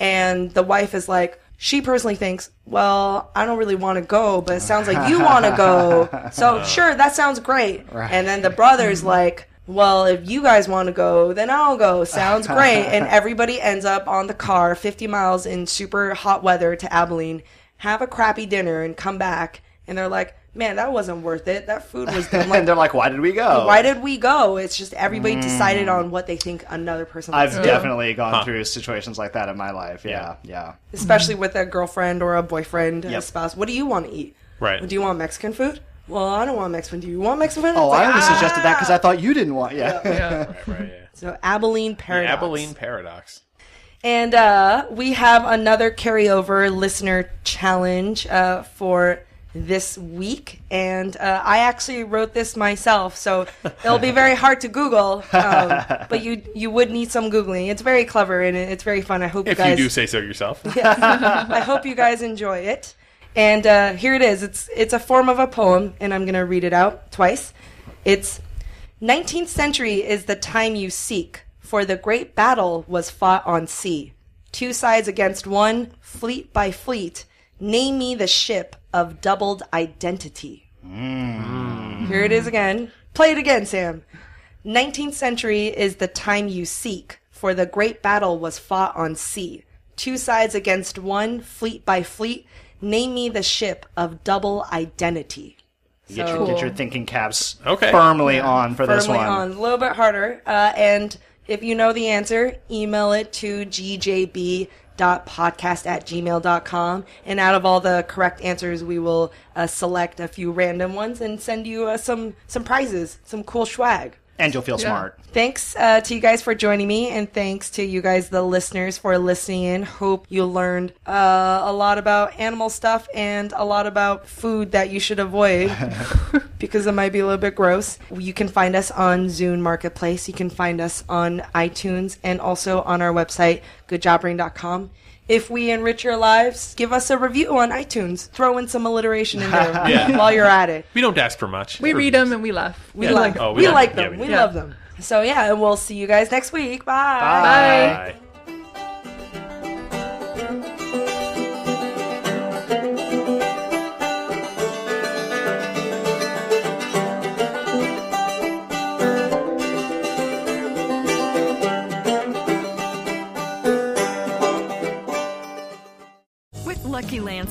[SPEAKER 2] And the wife is like, she personally thinks, well, I don't really want to go, but it sounds like you want to go. So sure, that sounds great. And then the brother's like, well, if you guys want to go, then I'll go. Sounds great. and everybody ends up on the car 50 miles in super hot weather to Abilene, have a crappy dinner and come back. And they're like, man, that wasn't worth it. That food was dumb. Like,
[SPEAKER 3] and they're like, "Why did we go?
[SPEAKER 2] why did we go? It's just everybody decided on what they think another person
[SPEAKER 3] I've
[SPEAKER 2] wants to do.
[SPEAKER 3] definitely gone through situations like that in my life. Yeah, yeah.
[SPEAKER 2] Especially with a girlfriend or a boyfriend, a
[SPEAKER 3] Yep.
[SPEAKER 2] spouse. What do you want to eat?
[SPEAKER 5] Right.
[SPEAKER 2] Do you want Mexican food? Well, I don't want Mexican. Do you want Mexican food?
[SPEAKER 3] Oh,
[SPEAKER 2] It's like,
[SPEAKER 3] I only
[SPEAKER 2] "Ah!"
[SPEAKER 3] suggested that because I thought you didn't want. Yeah,
[SPEAKER 5] Right, yeah.
[SPEAKER 2] So Abilene
[SPEAKER 5] The
[SPEAKER 2] Paradox.
[SPEAKER 5] Abilene paradox.
[SPEAKER 2] And uh, we have another carryover listener challenge uh, for this week. And uh, I actually wrote this myself, so it'll be very hard to Google. Um, but you you would need some Googling. It's very clever and it- it's very fun. I hope
[SPEAKER 5] If
[SPEAKER 2] you guys
[SPEAKER 5] you do say so yourself.
[SPEAKER 2] I hope you guys enjoy it. And uh, here it is. It's it's a form of a poem, and I'm gonna read it out twice. It's 19th century is the time you seek, for the great battle was fought on sea. Two sides against one, fleet by fleet. Name me the ship of doubled identity. Here it is again. Play it again, Sam. 19th century is the time you seek, for the great battle was fought on sea. Two sides against one, fleet by fleet. Name me the ship of double identity.
[SPEAKER 3] get, your, get your thinking caps
[SPEAKER 5] Okay.
[SPEAKER 3] firmly on for this
[SPEAKER 2] Firmly
[SPEAKER 3] one.
[SPEAKER 2] on, a little bit harder. Uh, and if you know the answer, email it to gjb.podcast at gmail.com and out of all the correct answers we will uh, select a few random ones and send you uh, some some prizes some cool swag
[SPEAKER 3] and you'll feel smart.
[SPEAKER 2] Thanks uh, to you guys for joining me, and thanks to you guys, the listeners, for listening in. Hope you learned uh, a lot about animal stuff and a lot about food that you should avoid because it might be a little bit gross. You can find us on Zune Marketplace. You can find us on iTunes and also on our website, goodjobring.com. If we enrich your lives, give us a review on iTunes. Throw in some alliteration in there
[SPEAKER 5] Yeah.
[SPEAKER 2] while you're at it.
[SPEAKER 5] We don't ask for much.
[SPEAKER 4] We read them and we laugh.
[SPEAKER 2] We
[SPEAKER 5] Yeah.
[SPEAKER 2] like them.
[SPEAKER 5] Oh, we
[SPEAKER 2] We,
[SPEAKER 5] love
[SPEAKER 2] like
[SPEAKER 5] them.
[SPEAKER 2] them.
[SPEAKER 5] Yeah, we
[SPEAKER 2] we
[SPEAKER 5] do.
[SPEAKER 2] love them. So yeah, and we'll see you guys next week. Bye.
[SPEAKER 4] Bye.
[SPEAKER 5] Bye.
[SPEAKER 9] With Lucky Land